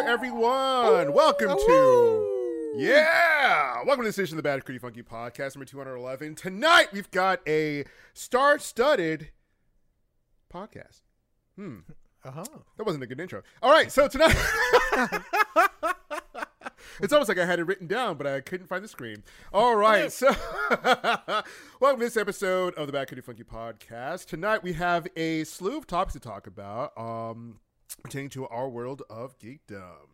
everyone. Welcome to yeah, welcome to this edition of the Bad Creepy Funky Podcast, number two hundred eleven. Tonight we've got a star-studded podcast. Hmm, Uh-huh. that wasn't a good intro. All right, so tonight. It's almost like I had it written down, but I couldn't find the screen. All right, so welcome to this episode of the Back Country Funky podcast. Tonight we have a slew of topics to talk about um, pertaining to our world of geekdom.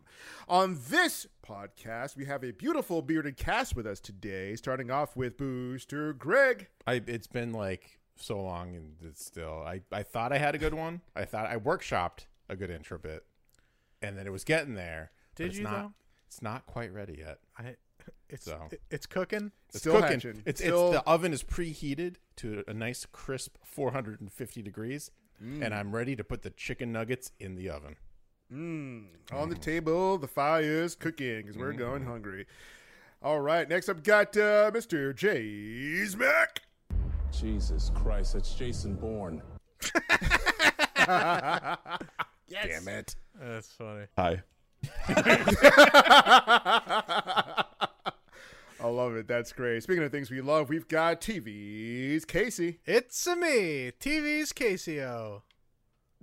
On this podcast, we have a beautiful bearded cast with us today, starting off with Booster Greg. I it's been like so long and it's still I, I thought I had a good one. I thought I workshopped a good intro bit. And then it was getting there. but Did it's you, not though? it's not quite ready yet. I, it's So. it- it's cooking. It's Still cooking. hatching. It's Still- it's the oven is preheated to a nice crisp 450 degrees and I'm ready to put the chicken nuggets in the oven. Mm. On the table, the fire's cooking because Mm-hmm. we're going hungry. All right, next up, got uh, Mr. Jay's Mac. Jesus Christ, that's Jason Bourne. Damn it. That's funny. Hi. I love it. That's great. Speaking of things we love, we've got TV's Casey. It's a me, TV's Casio.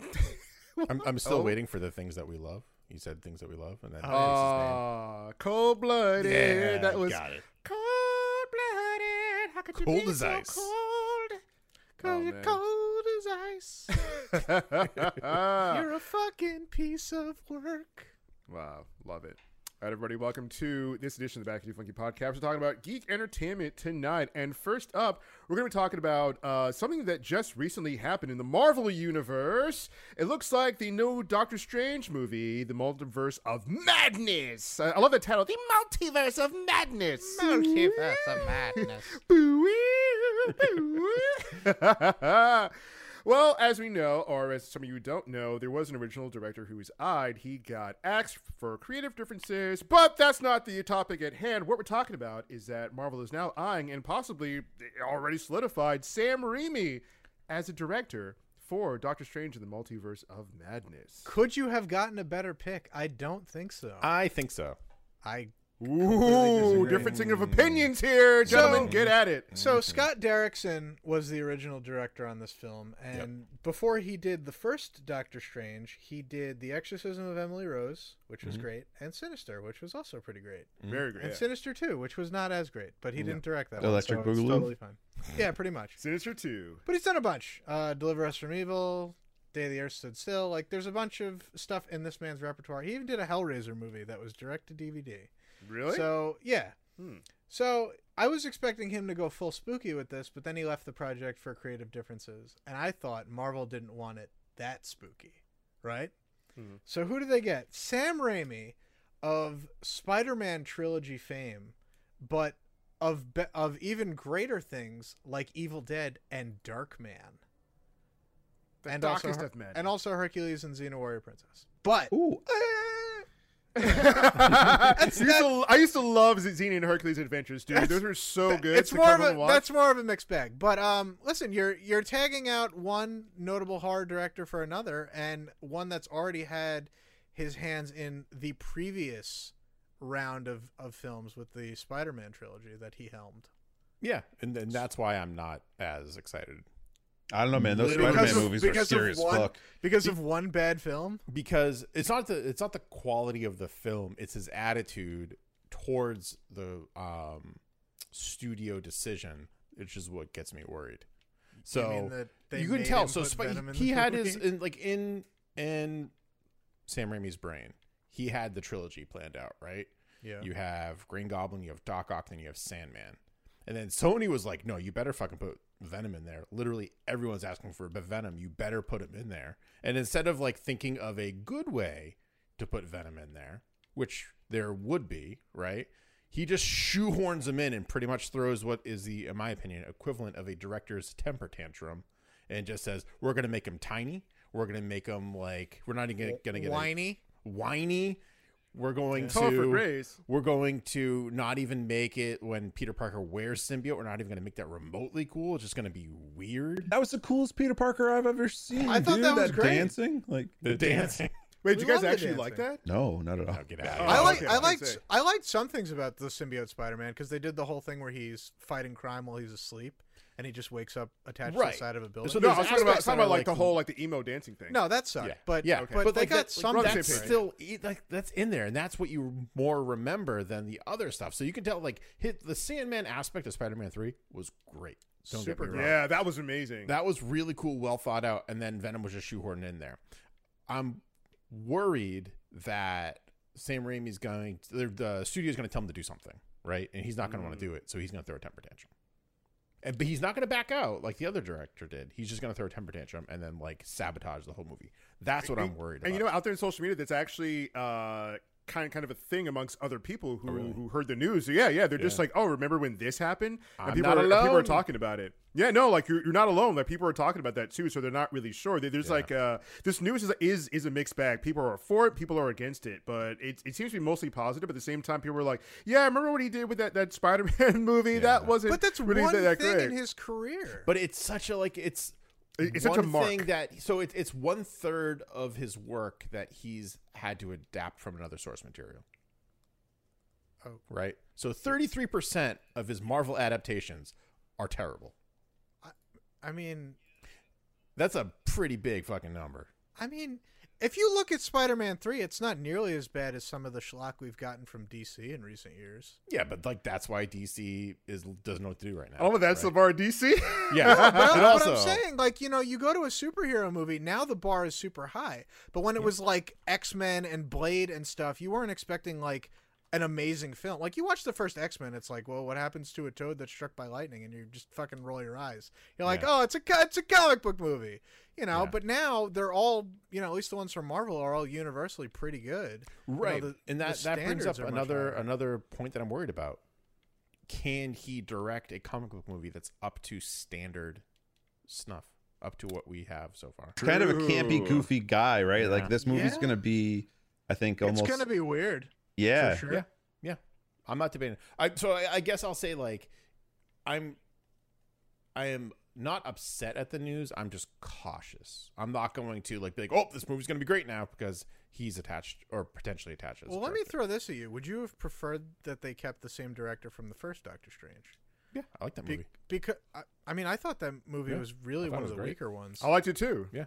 I'm I'm still Oh. waiting for the things that we love. You said things that we love and then Oh, Ah, cold blooded. Yeah, that was got it. cold blooded. How could you Cold be as so ice. cold? Cause Oh, you're man. cold as ice. Oh, you're a fucking piece of work. wow, love it. All right, everybody, welcome to this edition of the Back to Funky podcast. We're talking about geek entertainment tonight, and first up, we're going to be talking about uh, something that just recently happened in the Marvel universe. It looks like the new Doctor Strange movie, The Multiverse of Madness. I, I love the title, The Multiverse of Madness. Boo-wee, boo-wee. well, as we know, or as some of you don't know, there was an original director who was eyed. He got axed for creative differences, but that's not the topic at hand. What we're talking about is that Marvel is now eyeing and possibly already solidified Sam Raimi as a director for Doctor Strange in the Multiverse of Madness. Could you have gotten a better pick? I don't think so. I think so. I Ooh, disagree. differencing of opinions here, gentlemen. So- get at it. So Scott Derrickson was the original director on this film, and before he did the first Doctor Strange, he did The Exorcism of Emily Rose, which was great, and Sinister, which was also pretty great, Very great. Mm-hmm. and Sinister Two, which was not as great, but he didn't direct that. Electric one, so it's Boogaloo? totally fine. Yeah, pretty much. Sinister 2. But he's done a bunch. Uh, Deliver Us from Evil, Day the Earth Stood Still. Like, there's a bunch of stuff in this man's repertoire. He even did a Hellraiser movie that was direct to DVD. Really? So yeah. Hmm. So I was expecting him to go full spooky with this, but then he left the project for creative differences, and I thought Marvel didn't want it that spooky, right? Mhm. So who do they get? Sam Raimi of Spider-Man trilogy fame, but of be- of even greater things like Evil Dead and Dark Man, the and also darkest Her- of men. and also Hercules and Xena Warrior Princess. But Eh, Ooh. I, used to, I used to love Xena and Hercules Adventures, dude. That's- Those were so Th- good. It's to more come of a and watch. that's more of a mixed bag. But um, listen, you're you're tagging out one notable horror director for another, and one that's already had his hands in the previous round of, of films with the Spider-Man trilogy that he helmed. Yeah, and, and that's why I'm not as excited I don't know, man. Those Literally. Spider-Man Because of- movies were because of serious one- fuck. Because of one bad film, because it's not the it's not the quality of the film; it's his attitude towards the um, studio decision, which is what gets me worried. So mean that they you can made tell. him So put Spi- Venom in he the had movie? his in, like in in Sam Raimi's brain, he had the trilogy planned out, right? yeah, You have Green Goblin, you have Doc Ock, then you have Sandman. And then Sony was like, no, you better fucking put Venom in there. Literally everyone's asking for but Venom. You better put him in there. And instead of like thinking of a good way to put Venom in there, which there would be, right? He just shoehorns him in and pretty much throws what is the, in my opinion, equivalent of a director's temper tantrum and just says, we're going to make him tiny. We're going to make him like, we're not even going to get a- whiny. whiny. We're going Topher to Grace. we're going to not even make it when Peter Parker wears symbiote. We're not even going to make that remotely cool. It's just going to be weird. That was the coolest Peter Parker I've ever seen. I thought dude. that was great. dancing, like the, dancing. Wait, did you We guys love the actually like dancing. that? No, not at all. No, get out. Oh, I like okay, I I was gonna liked say. I liked some things about the symbiote Spider-Man because they did the whole thing where he's fighting crime while he's asleep and he just wakes up attached to Right. the side of a building. So no, there's I was talking about, aspects that talking about are, like, like, the whole like the emo dancing thing. no, that sucked. Yeah. but yeah, okay. but but they like got that, some like, same that's page. still e, like that's in there, and that's what you more remember than the other stuff. So you can tell like hit the Sandman aspect of Spider-Man Three was great. Don't Super get me wrong. yeah, that was amazing. That was really cool, well thought out, and then Venom was just shoehorned in there. I'm worried that Sam Raimi's going. The, the studio's going to tell him to do something, right? And he's not going to want to do it, so he's going to throw a temper tantrum. And but he's not going to back out like the other director did. He's just going to throw a temper tantrum and then like sabotage the whole movie. That's what I'm worried about. and you know, out there in social media, that's actually uh, kind kind of a thing amongst other people Oh, who, who heard the news. Yeah, yeah, they're just like, oh, remember when this happened? And I'm people not are people are alone. talking about it. Yeah, no, like you're, you're not alone. Like people are talking about that too, so they're not really sure. There- There's like uh, this news is, is is a mixed bag. People are for it, people are against it, but it, it seems to be mostly positive. But at the same time, people were like, yeah, remember what he did with that, that Spider-Man movie? That wasn't but that's really one that, that thing great. in his career. But it's such a like it's It- it's such a one mark. thing that so it's it's one third of his work that he's had to adapt from another source material. Oh. Right. So thirty three percent of his Marvel adaptations are terrible. I mean, That's a pretty big fucking number. I mean, if you look at Spider-Man 3, it's not nearly as bad as some of the schlock we've gotten from DC in recent years. Yeah, but like that's why DC is doesn't know what to do right now. All of Oh, that's right? LeVar DC. yeah. But, but but also, I'm saying, like, you know, you go to a superhero movie, now the bar is super high. But when it was like X-Men and Blade and stuff, you weren't expecting like an amazing film. Like you watch the first X-Men, it's like, well, what happens to a toad that's struck by lightning? And you just fucking roll your eyes. You're like, Yeah. oh, it's a co- it's a comic book movie, you know. Yeah. But now they're all, you know, at least the ones from Marvel are all universally pretty good. You know, right the- and the that that brings standards up are much another higher. another point that i'm worried about can he direct a comic book movie that's up to standard snuff up to what we have so far Kind of a campy, True. goofy guy, right? Like Yeah. this movie's Yeah. gonna be, I think, almost. It's gonna be weird. yeah. for sure. Yeah. yeah i'm not debating i so I, I guess i'll say like i'm i am not upset at the news i'm just cautious i'm not going to like be like oh this movie's going to be great now because he's attached or potentially attached as a Well, let me director. throw this at you. Would you have preferred that they kept the same director from the first Doctor Strange? yeah i like that Be- movie because I, I mean, I thought that movie Yeah. was I really thought one it was of the great. Oh, weaker ones. I liked it too. yeah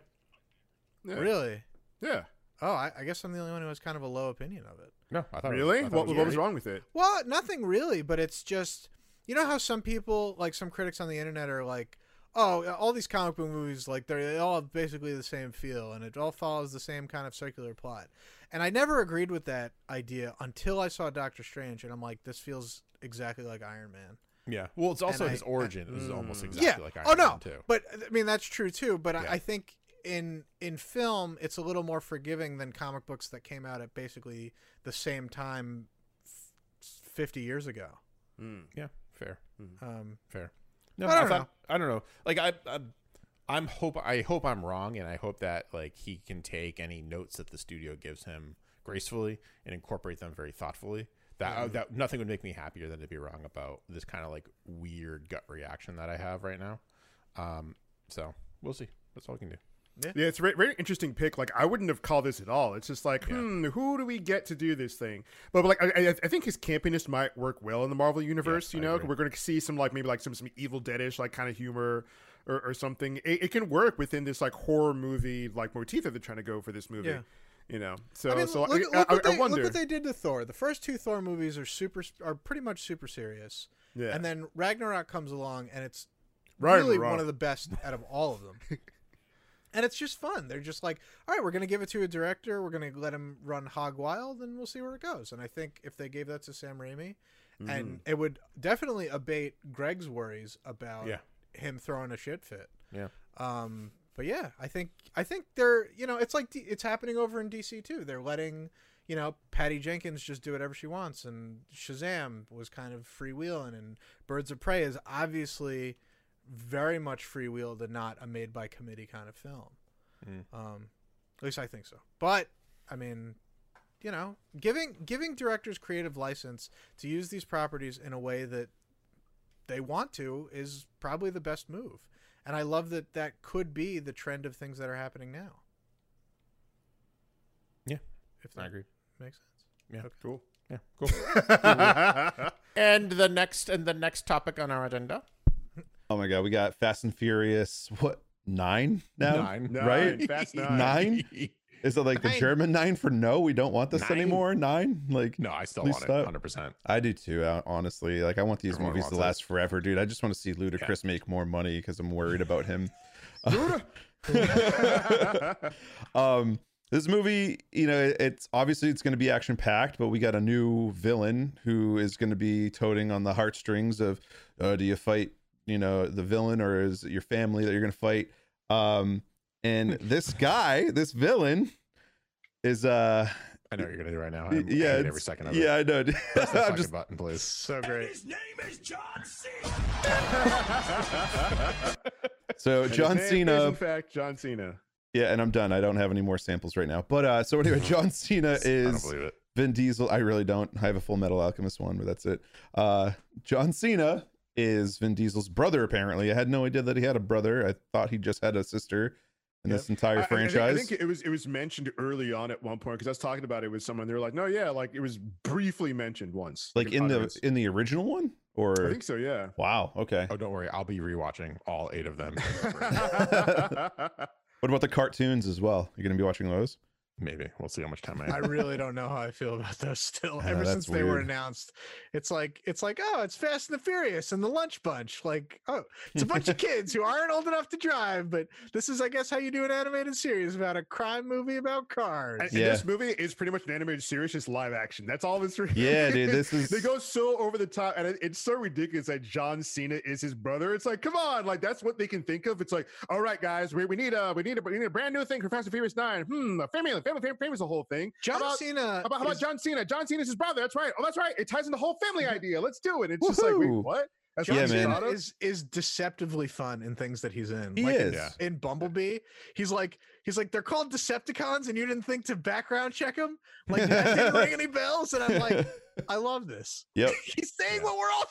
Yeah. Really? Yeah. Oh, I, I guess I'm the only one who has kind of a low opinion of it. no i thought it was- I Really? thought it What, was what great. was wrong with it? Well, nothing really, but it's just you know how some people, like some critics on the internet, are like, "Oh, all these comic book movies, like they're, they all have basically the same feel, and it all follows the same kind of circular plot." And I never agreed with that idea until I saw Doctor Strange, and I'm like, "This feels exactly like Iron Man." Yeah. Well, it's also I- his I- origin is almost exactly like Iron oh no, Man too. but I mean that's true too. But Yeah. I, I think in in film it's a little more forgiving than comic books that came out at basically the same time, f- fifty years ago. Yeah, fair, Mm-hmm. Um, fair. No, I don't thought- I don't know. Like I, I, I'm hope I hope I'm wrong, and I hope that like he can take any notes that the studio gives him gracefully and incorporate them very thoughtfully. That that nothing would make me happier than to be wrong about this kind of like weird gut reaction that I have right now. Um, so we'll see. That's all we can do. Yeah, it's a very, very interesting pick. Like, I wouldn't have called this at all. It's just like, hmm, who do we get to do this thing? But, but, like, I, I- I think his campiness might work well in the Marvel universe. you know, we're going to see some like maybe like some some Evil Deadish like kind of humor or, or something. It, it can work within this like horror movie like motif that they're trying to go for this movie. Yeah. You know, so I mean, so look, I- look I, what I, they, I wonder. Look what they did to Thor. The first two Thor movies are super, are pretty much super serious. Yeah. And then Ragnarok comes along, and it's Ragnarok. really one of the best out of all of them. and it's just fun. They're just like, all right, we're going to give it to a director. We're going to let him run hog wild, and we'll see where it goes. And I think if they gave that to Sam Raimi, Mm-hmm. and it would definitely abate Greg's worries about Yeah. him throwing a shit fit. Yeah. Um, but yeah, I think I think they're you know it's like D- it's happening over in DC too. They're letting you know Patty Jenkins just do whatever she wants, and Shazam was kind of freewheeling, and Birds of Prey is obviously very much freewheeled and not a made by committee kind of film. Um, at least I think so. But I mean, you know, giving giving directors creative license to use these properties in a way that they want to is probably the best move. And I love that that could be the trend of things that are happening now. If I that agree. makes sense. Cool. Yeah, cool. and the next and the next topic on our agenda. Oh my god, we got Fast and Furious. What nine now? Nine. Right? Fast nine. Nine? Is it like the Nine. German nine for no? We don't want this Nine. anymore. Nine? Like No, I still Please want it. stop. 100. percent I do too. uh, Honestly, like I want these Everyone movies to wants it. last forever, dude. I just want to see Ludacris make more money because I'm worried about him. um, this movie, you know, it- it's obviously it's going to be action packed, but we got a new villain who is going to be toting on the heartstrings of, uh, do you fight, you know, the villain or is it your family that you're going to fight? Um, and Hmm. this guy, this villain, is uh I know what you're gonna do right now. y- I'm, yeah yeah, it's- every second of yeah it. I know dude. Press the I'm fucking just button, please. So great. so John His name Cena is, in fact, John Cena. Yeah, and I'm done. I don't have any more samples right now. But uh so anyway, John Cena I don't is believe it. Vin Diesel. I really don't. I have a full metal alchemist one, but that's it. Uh John Cena is Vin Diesel's brother, apparently. I had no idea that he had a brother. I thought he just had a sister in this I- I entire think- franchise. I think, it was it was mentioned early on at one point because I was talking about it with someone. They were like, "No, yeah, like it was briefly mentioned once." like in the utterance. in the original one? I Or think so. Yeah. Wow, okay. Oh, don't worry. I'll be rewatching all eight of them. What about the cartoons as well? You're gonna be watching those? Maybe we'll see how much time I I have. really don't know how I feel about those still. Yeah, Ever that's since they were weird. announced, it's like it's like oh, it's Fast and the Furious and the Lunch Bunch. Like oh, it's a bunch of kids who aren't old enough to drive, but this is I guess how you do an animated series about a crime movie about cars. And, and Yeah. this movie is pretty much an animated series, just live action. That's all this. Really Yeah, dude, this is- they go so over the top, and it, it's so ridiculous that John Cena is his brother. It's like, come on, like that's what they can think of. It's like, all right, guys, we, we need a we need a we need a brand new thing for Fast and Furious Nine. Hmm, a family, family, family, family is the whole thing. John about- Cena. How about, how about is- John Cena? John Cena's his brother. That's right. Oh, that's right. It ties into the whole family idea. Let's do it. It's just like, wait, Mm-hmm. Woohoo. what? That's Yeah, what you man. thought of? is is deceptively fun in things that he's in. He like in- is. yeah. in Bumblebee. He's like, he's like, they're called Decepticons, and you didn't think to background check them. Like that didn't ring any bells, and I'm like, I love this. Yep. he's saying what we're all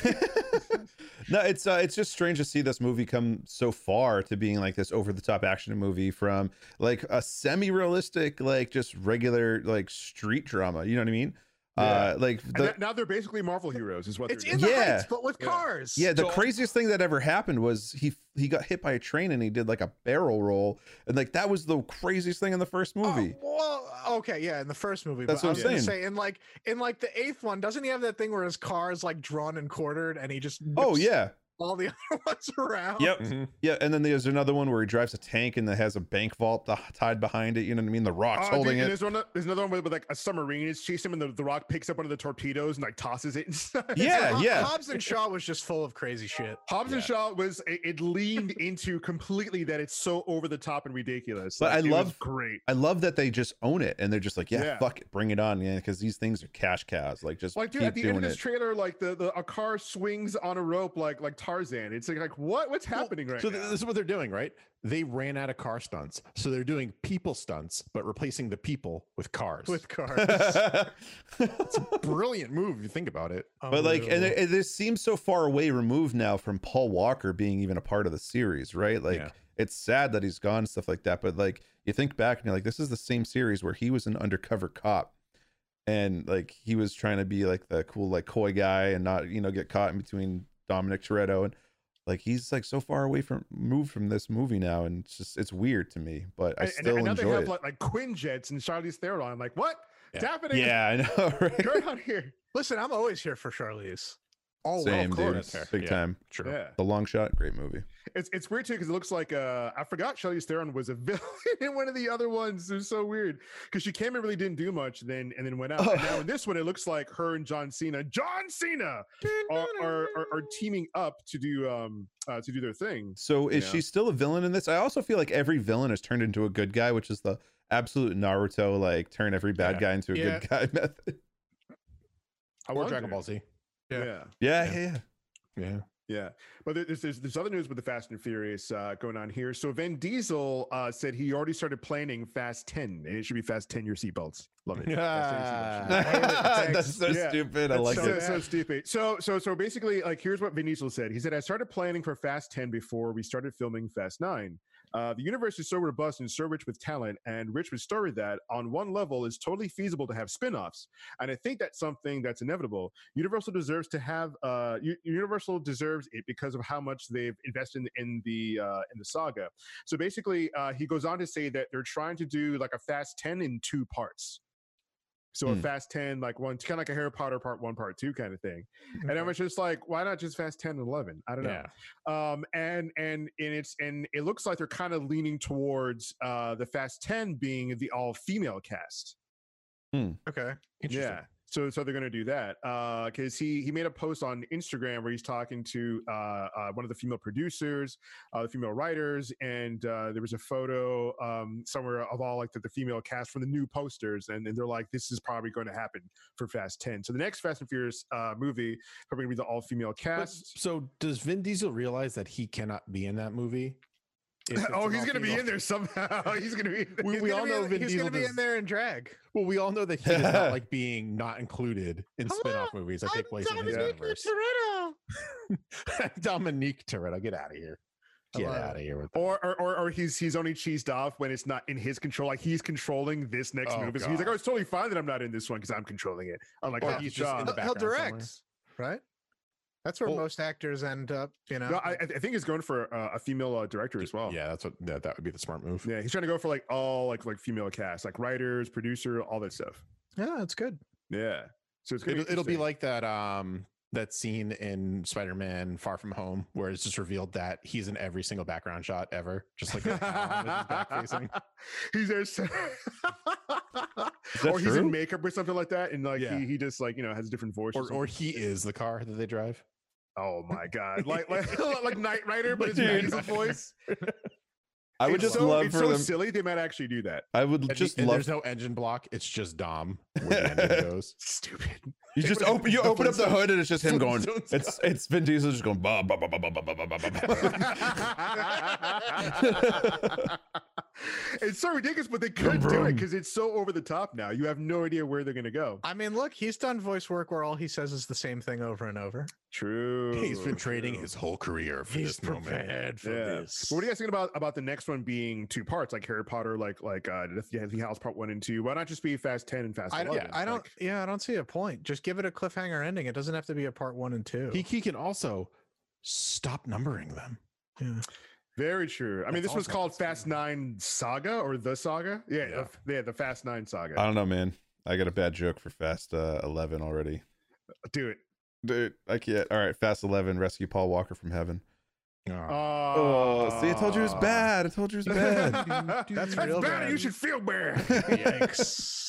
thinking. no, it's uh, it's just strange to see this movie come so far to being like this over the top action movie from like a semi realistic, like just regular like street drama. You know what I mean? Uh, like And the that- now they're basically Marvel heroes, is what It's they're in doing. the Yeah. heights, but with Yeah. cars. yeah, the craziest thing that ever happened was he he got hit by a train and he did like a barrel roll and like that was the craziest thing in the first Oh, movie. well, okay, yeah, in the first movie. That's but what I I'm was gonna saying. Say, in like in like the eighth one, doesn't he have that thing where his car is like drawn and quartered, and he just Oh, whips yeah, all the other ones oh. around. yep, Mm-hmm. Mhm. yeah. And then there's another one where he drives a tank and that has a bank vault uh, tied behind it. You know what I mean? The rocks Oh, dude, holding and it. There's, one, there's another one with, with, like a submarine is chasing him, and the, the rock picks up one of the torpedoes and like tosses it inside. Yeah, Hob- yeah. Hobbs and Shaw was just full of crazy shit. Hobbs and Shaw was it, it leaned into completely that it's so over the top and ridiculous. But I Like, it was love- great. I love that they just own it and they're just like, yeah, Yeah. fuck it, bring it on, yeah, because these things are cash cows. Like, just Like dude, keep at the doing end of this it. trailer, like the, the a car swings on a rope like like Tarzan. It's like, like what what's happening right so th- now? this is what they're doing, right? They ran out of car stunts, so they're doing people stunts, but replacing the people with cars. With cars. brilliant move if you think about it. but like, and, it- and this seems so far away removed now from Paul Walker being even a part of the series, right? Like, Yeah. it's sad that he's gone and stuff like that. But like, you think back and you're like, this is the same series where he was an undercover cop. And like he was trying to be like the cool like coy guy and not you know get caught in between Dominic Toretto and like he's like so far away from moved from this movie now and it's just it's weird to me but And- I and- still and, now enjoy they have it. like, like Quinjets and Charlize Theron. I'm like, what? It's Yeah. happening. Yeah, I know. Right? Turn on here. Listen, I'm always here for Charlize. Oh, Same, course. dude. That's fair. Big Yeah. time. Sure. Yeah. The long shot, great movie. It's it's weird too because it looks like uh I forgot Charlize Theron was a villain in one of the other ones. It was so weird because she came and really didn't do much then and then went out. And now in this one, it looks like her and John Cena, John Cena, are are, are, are teaming up to do um uh, to do their thing. So is Yeah. she still a villain in this? I also feel like every villain is turned into a good guy, which is the absolute Naruto like turn every bad Yeah. guy into a Yeah. good guy method. I Or wonder. Dragon Ball Z. Yeah. Yeah. yeah. Yeah, Yeah. yeah, yeah. Yeah. Yeah, but there- there's, there's there's other news with the Fast and Furious uh, going on here. So Vin Diesel uh, said he already started planning Fast Ten, and it should be Fast Ten. Your seatbelts, love it. Fast 10 your seatbelts. Ah. hate it. That's so Yeah. stupid. I That's like so, it. so stupid. So so so basically, like here's what Vin Diesel said. He said, "I started planning for Fast Ten before we started filming Fast 9. Uh, the universe is so robust and so rich with talent and rich with story that, on one level, it's totally feasible to have spin offs. And I think that's something that's inevitable. Universal deserves to have, uh, U- Universal deserves it because of how much they've invested in the, uh, in the saga. So basically, uh, he goes on to say that they're trying to do like a Fast 10 in two parts. So a Hmm. Fast 10, like one, kind of like a Harry Potter part one, part two kind of thing. And I was just like, why not just Fast 10 and 11? I don't know Yeah. um, and and and it's and it looks like they're kind of leaning towards uh, the Fast Ten being the all female cast. Okay. Interesting. Yeah. So so they're going to do that because he he made a post on Instagram where he's talking to uh, uh, one of the female producers, uh, the female writers, and uh, there was a photo um, somewhere of all like the, the female cast from the new posters, and, and they're like, this is probably going to happen for Fast Ten. So the next Fast and Furious uh, movie probably going to be the all female But- cast. so does Vin Diesel realize that he cannot be in that movie? If it's oh, an he's going to be all-female- in there somehow. he's going to be. In there. We, we all know Vin he's Diesel. gonna be does- in there in drag. Well, we all know that he does not like being not included in Hello, spin-off movies that take place in his universe. Dominique Toretto, get out of here! Get Hello. out of here with that. Or, or, or, or he's he's only cheesed off when it's not in his control. Like he's controlling this next Oh, movie. So he's like, God. oh, it's totally fine that I'm not in this one because I'm controlling it. I'm like, Or oh, he's he's just John. in the He'll- he'll background somewhere. direct, right? That's where Well- most actors end up. You know, No, I, I think he's going for uh, a female uh, director as well. Yeah, that's what that, that would be the smart move. yeah. He's trying to go for like all like like female cast, like writers, producer, all that stuff. yeah, that's good. Yeah. So it's gonna It'll, it'll be interesting. like that um that scene in Spider-Man Far From Home where it's just revealed that he's in every single background shot ever, just like that column with his back facing. he's there, so- that or Oh, he's in true? makeup or something like that, and like Yeah. he, he just like you know has a different voice. or something. or he is the car that they drive. oh my god, like like like Knight Rider, but his Dude. nasal voice. I would It's just so, love it's for so them. silly they might actually do that. I would And just the- and love. there's no engine block. It's just Dom. Where the engine goes. Stupid. you just open. You the open up the hood, and it's just him going. Flintstones It's it's Vin Diesel just going. Bah, bah, bah, bah, bah, bah, bah, bah, bah, bah." it's so ridiculous, but they could do it because it's so over the top now. You have no idea where they're gonna go. I mean, look, he's done voice work where all he says is the same thing over and over. True. He's been trading his whole career for this moment. yeah. But what do you guys think about about the next one being two parts, like Harry Potter, like like uh Deathly House Part One and Two? Why not just be Fast Ten and Fast I, Eleven? yeah, I don't. Like, Yeah, I don't see a point. Just give it a cliffhanger ending. It doesn't have to be a part one and two. He, he can also stop numbering them. Yeah. very true. I mean, That's this was awesome. called Fast Nine Saga or the Saga. Yeah, Yeah. yeah, the, yeah, the Fast Nine Saga. I don't know, man. I got a bad joke for Fast uh, Eleven already. do it. Dude, I can't. All right, Fast Eleven, rescue Paul Walker from heaven. Oh, see, I told you it was bad. I told you it was bad. That's, real bad. bad. You should feel bad. Yikes.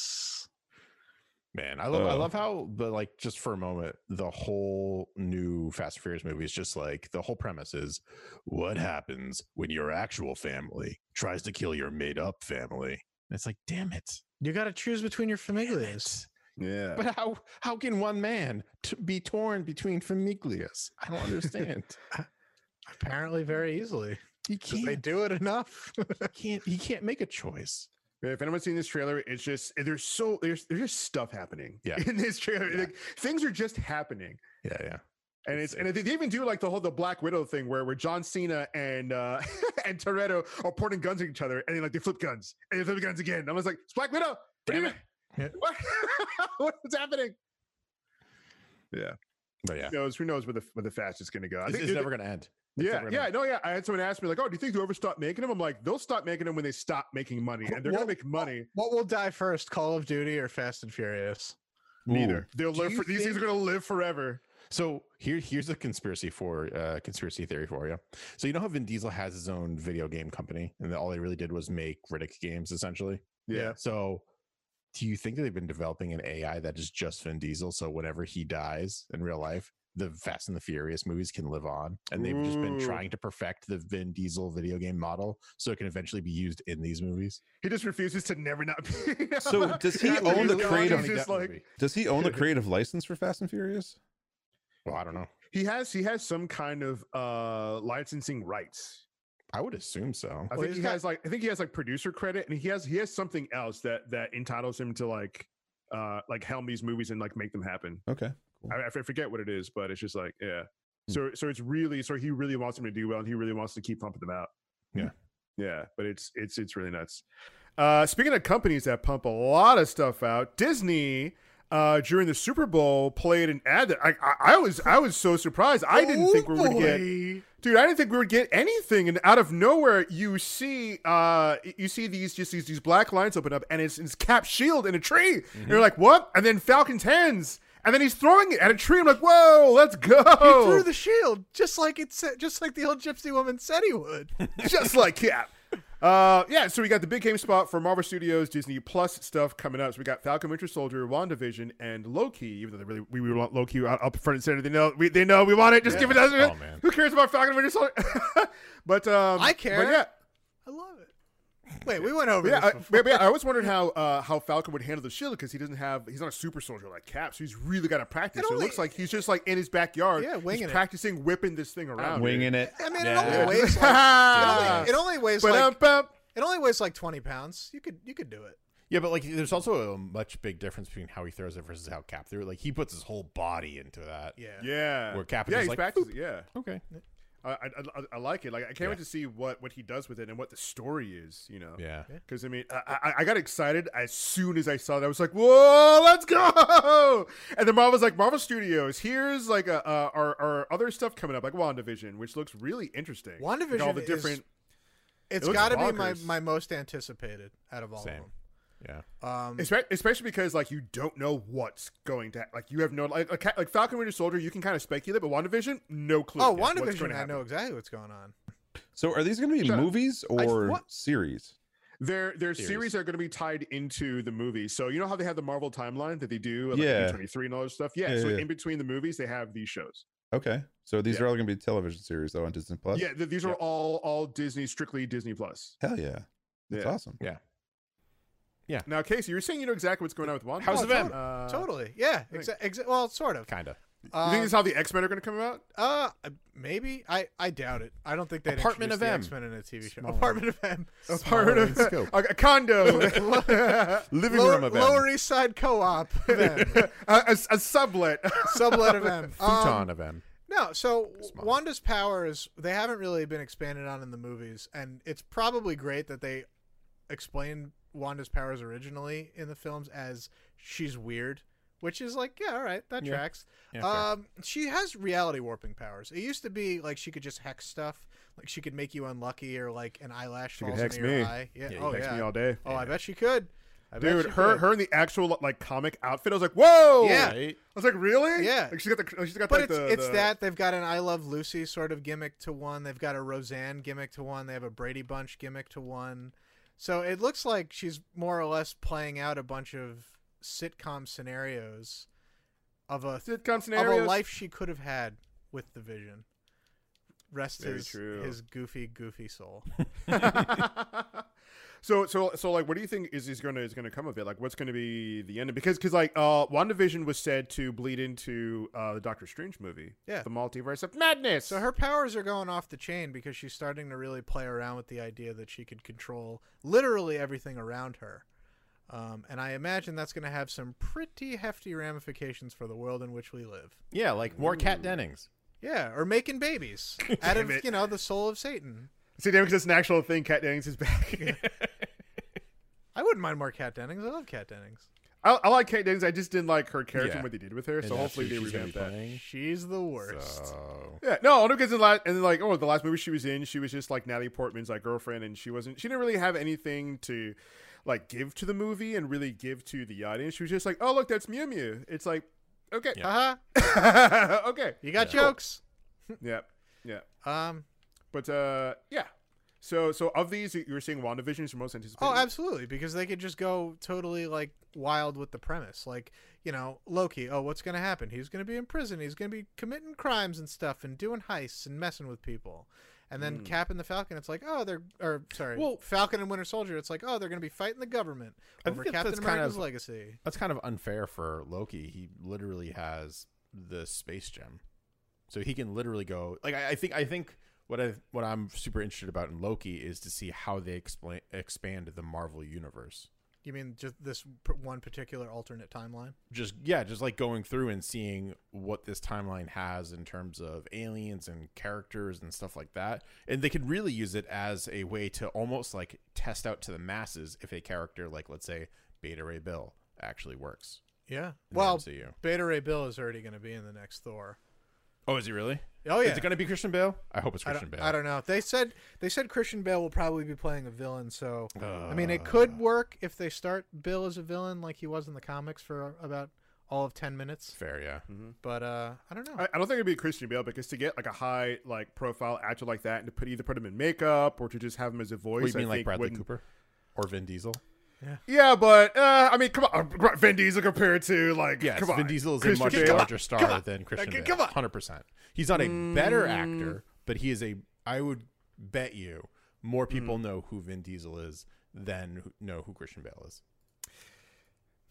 Man, I love I Ugh. love how the like just for a moment, the whole new Fast and Furious movie is just like the whole premise is what happens when your actual family tries to kill your made up family. And it's like, damn it. You got to choose between your familias. yeah. But how how can one man t- be torn between familias? I don't understand. Apparently, very easily. he 'cause They can't do it enough. he can't he can't make a choice. Yeah, If anyone's seen this trailer, it's just there's so there's there's just stuff happening Yeah. in this trailer. Yeah. Like things are just happening. Yeah, yeah. And it's, It's- and they they even do like the whole the Black Widow thing where where John Cena and uh and Toretto are pointing guns at each other and then like they flip guns and they flip guns again. I was like, it's Black Widow. What do you mean? What? What's happening? But yeah, Who knows? Who knows where the where the fast is going to go? I it's, think it's the- never gonna end. It's Yeah, never gonna yeah, no, yeah. I had someone ask me like, "Oh, do you think they'll ever stop making them?" I'm like, "They'll stop making them when they stop making money, and they're Well- gonna make money. what will die first, Call of Duty or Fast and Furious? Neither. They'll Do live. you For, these things are think- gonna live forever." So here, here's a conspiracy for uh, conspiracy theory for you. So you know how Vin Diesel has his own video game company, and all they really did was make Riddick games, essentially. Yeah. So, do you think that they've been developing an AI that is just Vin Diesel? So whenever he dies in real life, the Fast and the Furious movies can live on, and they've just been Ooh. trying to perfect the Vin Diesel video game model so it can eventually be used in these movies. He just refuses to never not. Be. So, does he He's own the just creative- Just like, Does he own the creative license for Fast and Furious? well, I don't know. he has he has some kind of uh licensing rights. I would assume so. I Well, think he's he got- has like I think he has like producer credit, and he has he has something else that that entitles him to like uh like helm these movies and like make them happen. Okay. I, I forget what it is, but it's just like, yeah. Hmm. So, so it's really, so he really wants him to do well, and he really wants to keep pumping them out. Yeah. yeah, but it's it's it's really nuts. Uh, speaking of companies that pump a lot of stuff out, Disney uh, during the Super Bowl played an ad that I, I, I was I was so surprised. I didn't think we were gonna get, dude. I didn't think we would get anything, and out of nowhere you see uh, you see these just these, these black lines open up, and it's, it's Cap Shield in a tree, and Mm-hmm. you're like, what? And then Falcon's hands. And then he's throwing it at a tree. I'm like, "Whoa, let's go!" He threw the shield just like it said, just like the old gypsy woman said he would. just like Cap. Uh, yeah, so we got the big game spot for Marvel Studios, Disney Plus stuff coming up. So we got Falcon Winter Soldier, WandaVision, and Loki. Even though they really we, we want Loki out up front and center, they know we, they know we want it. Just give it us. Oh, man. Who cares about Falcon Winter Soldier? but um, I care. But yeah, I love it. Wait, we went over but yeah, this I, but yeah, I always wondered how uh, how Falcon would handle the shield because he doesn't have he's not a super soldier like Cap, so he's really got to practice. It So it only- looks like he's just like in his backyard, Yeah, he's winging it. practicing whipping this thing around. winging it. I mean, Yeah. it only weighs like, it, Ah. only, it only weighs But like um, bum. it only weighs like twenty pounds. You could you could do it. Yeah, but like, there's also a much big difference between how he throws it versus how Cap threw it. Like, he puts his whole body into that. Yeah. yeah, Where Cap is yeah, just he's like, practicing, yeah. Okay. I, I, I- I like it. Like I can't wait Yeah. to see what, what he does with it and what the story is. You know. Yeah. Because I mean, I, I, I got excited as soon as I saw that. I was like, "Whoa, let's go!" And then Marvel's like, "Marvel Studios, here's like a, uh, our our other stuff coming up, like WandaVision, which looks really interesting. Like all WandaVision the is- different. It's looks got to be my, bonkers. my most anticipated out of all Same. Yeah. of them. Um, Espe- Especially because like you don't know what's going to like you have no like like, like Falcon Winter Soldier you can kind of speculate but WandaVision no clue oh, what's going WandaVision, to I happen. know exactly what's going on. So are these going to be Shut up. movies or what? series? Their their Series. series, are going to be tied into the movie. So you know how they have the Marvel timeline that they do, like Yeah. twenty three and all that stuff. Yeah. Yeah, so yeah, yeah. in between the movies, they have these shows. Okay, so these Yeah. are all going to be television series though on Disney Plus. yeah, th- these are yeah. all all Disney, strictly Disney Plus. hell yeah, that's Yeah. awesome. Now Casey, you're saying you know exactly what's going on with WandaVision. House of M. Uh, totally. Yeah. think- Exa- exa- well, sort of. Kind of. Uh, You think Um, this is how the X Men are going to come out? uh, maybe. I, I doubt it. I don't think they'd Apartment introduce of the M. X-Men in a TV show. Smaller. Apartment of M. Part of in scope. a, a condo, a, Living Lower, room of Lower East Side Co-op of M. a, a sublet. Sublet of M. M. Um, Futon of M. No, so Small. Wanda's power is they haven't really been expanded on in the movies, and it's probably great that they explained Wanda's powers originally in the films as she's weird, which is like, yeah, all right, that Yeah. tracks. Yeah, fair. um, she has reality warping powers. It used to be like she could just hex stuff, like she could make you unlucky or like an eyelash She could falls hex into your me. eye. Yeah, Yeah, you oh hex yeah. all day, Oh, I bet she could. I bet dude. she Her, could. her in the actual like comic outfit. I was like, whoa. Yeah. I Right? was like, really? Yeah. Like she's got the she's got But like, it's the, it's the- that they've got an I Love Lucy sort of gimmick to one. They've got a Roseanne gimmick to one. They have a Brady Bunch gimmick to one. So it looks like she's more or less playing out a bunch of sitcom scenarios of a sitcom of scenario. a life she could have had with the Vision. Rest Very his true. his goofy goofy soul. so so so like, what do you think is is going to is going to come of it? Like, what's going to be the end? Because because like, uh, WandaVision was said to bleed into uh the Doctor Strange movie. Yeah. The multiverse of madness. So her powers are going off the chain because she's starting to really play around with the idea that she could control literally everything around her. Um, and I imagine that's going to have some pretty hefty ramifications for the world in which we live. Yeah, like more Cat Dennings. Yeah, or making babies out of, it. you know, the soul of Satan. see, damn, because it's an actual thing. Cat Dennings is back. I wouldn't mind more Cat Dennings. I love Cat Dennings. I, I like Kate Dennings. I just didn't like her character Yeah. and what they did with her. And So now hopefully she- they she's gonna revamp be that. playing. She's the worst. Eh. So- Yeah, no, only because in the last, and then like, oh, the last movie she was in, she was just like Natalie Portman's like girlfriend, and she wasn't, she didn't really have anything to like give to the movie and really give to the audience. She was just like, oh, look, that's Mew Mew. It's like, okay, Yeah. Haha, okay, Uh-huh. you got Yeah. jokes. yeah, yeah, Um, but uh, yeah. So, so of these, you you were saying WandaVision is your most anticipated. Oh, absolutely, because they could just go totally like wild with the premise. Like, you know, Loki, oh, what's going to happen? He's going to be in prison. He's going to be committing crimes and stuff and doing heists and messing with people. And then Cap and the Falcon, it's like, oh, they're or sorry, Hmm. Well- Falcon and Winter Soldier, it's like, oh, they're going to be fighting the government I over think that- Captain that's America's kind of- legacy. That's kind of unfair for Loki. He literally has the space gem, so he can literally go. Like I, I think, I think what I what I'm super interested about in Loki is to see how they explain expand the Marvel universe. You mean just this p- one particular alternate timeline? just yeah, just like going through and seeing what this timeline has in terms of aliens and characters and stuff like that. And they could really use it as a way to almost like test out to the masses if a character like let's say Beta Ray Bill actually works. Yeah. in the well, MCU. Beta Ray Bill is already going to be in the next Thor. Oh, is he really? Oh yeah. Is it going to be Christian Bale? I hope it's I Christian don't, Bale. I don't know. They said they said Christian Bale will probably be playing a villain, so I mean it Uh. could work if they start Bill as a villain like he was in the comics for about all of 10 minutes, Fair, yeah. Mm-hmm. but uh I don't know. I, I don't think it'd be Christian Bale because to get like a high like profile actor like that and to put either put him in makeup or to just have him as a voice. What, you I mean like think Bradley wouldn't- Cooper or Vin Diesel? Yeah, but uh, I mean, come on, uh, Vin Diesel compared to like Yes, come on, Vin Diesel is Christian a much Bale. larger star than Christian Okay, Bale. come on. Mm. hundred percent. He's not a better actor, but he is a. I would bet you more Mm. people know who Vin Diesel is than who, know who Christian Bale is.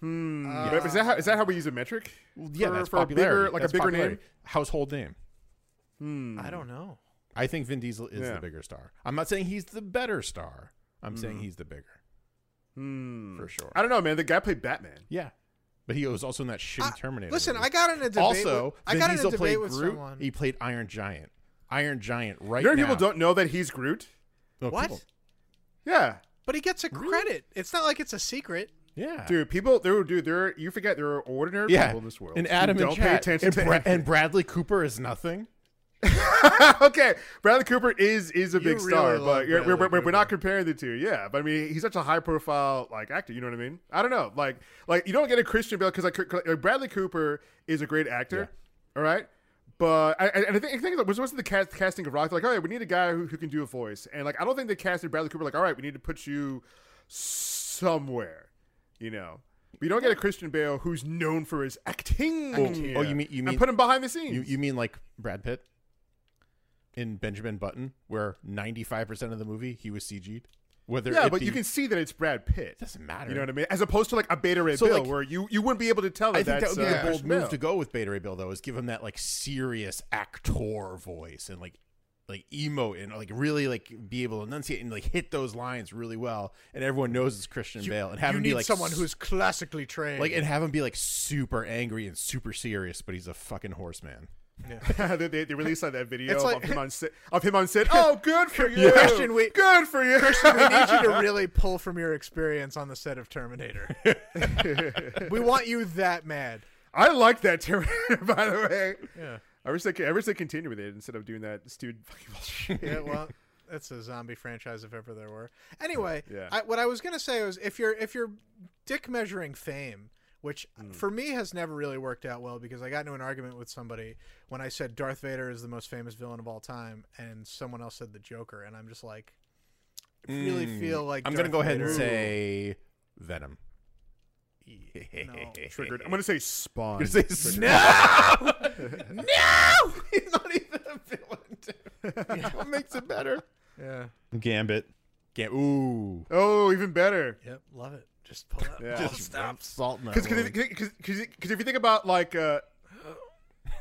Hmm. But is that how, is that how we use a metric? Yeah, for, that's for a bigger popularity. like That's a bigger popularity. household name. name. Hmm. I don't know. I think Vin Diesel is Yeah. the bigger star. I'm not saying he's the better star. I'm saying he's the bigger Hmm. for sure. Mm. I don't know, man. The guy played Batman. yeah, but he was also in that shitty I- Terminator. Listen, movie. I got in a debate also with, I Vin got Diesel in a played debate with Groot. someone. He played Iron Giant. Iron Giant, right you know, now. people don't know that he's Groot. No, What? oh, people- Yeah, But he gets a credit. It's not like it's a secret. Yeah, dude. People, there, dude, there. You forget there are ordinary yeah. people in this world. And who Adam don't and pay Chad- attention and, to Bra- anything. and Bradley Cooper is nothing. okay, Bradley Cooper is is a You big star, really love but you're, we're, Bradley we're, we're not Cooper. comparing the two. Yeah, but I mean, he's such a high profile like actor. You know what I mean? I don't know. Like like you don't get a Christian Bale because like, c- like, Bradley Cooper is a great actor. All right. But I, I- and I think I think it was wasn't the cast, casting of Rock like all right we need a guy who, who can do a voice and like I don't think they casted Bradley Cooper like all right we need to put you somewhere you know but you don't get a Christian Bale who's known for his acting oh, you mean- you And mean- put him behind the scenes You you mean like Brad Pitt in Benjamin Button, where ninety five percent of the movie he was CG'd. Whether yeah, it but you be- can see that it's Brad Pitt. doesn't matter. You know what I mean? As opposed to like a Beta Ray So, Bill, like, where you you wouldn't be able to tell. That I think that's, that would uh, be a bold Christian move Bale. to go with Beta Ray Bill, though, is give him that like serious actor voice and like like emote and like really like be able to enunciate and like hit those lines really well, and everyone knows it's Christian Bale, and have you him need be like someone s- who's classically trained. like and have him be like super angry and super serious, but he's a fucking horseman. uh, they, they, they released like, that video It's like- of him on set. Of him on set. Oh, good for you, Christian, we- good for you. we need you to really pull from your experience on the set of Terminator. we want you that mad. I like that Terminator, by the way. Yeah. I wish they could, I wish they continued with it instead of doing that stupid fucking bullshit. Yeah, well, that's a zombie franchise if ever there were. Anyway, Yeah. I, what I was gonna say was if you're if you're dick measuring fame, which Hmm. for me has never really worked out well because I got into an argument with somebody when I said Darth Vader is the most famous villain of all time, and someone else said the Joker, and I'm just like, I really feel like Hmm. I'm Darth gonna go ahead and Vader- say Venom. No. Triggered. I'm gonna say Spawn. Gonna say no, no. He's not even a villain. Dude. what makes it better? yeah, Gambit. Get ooh. oh, even better. yep, love it. Just pull up. Yeah. Just stop salt in that Because wound. because if you think about like uh,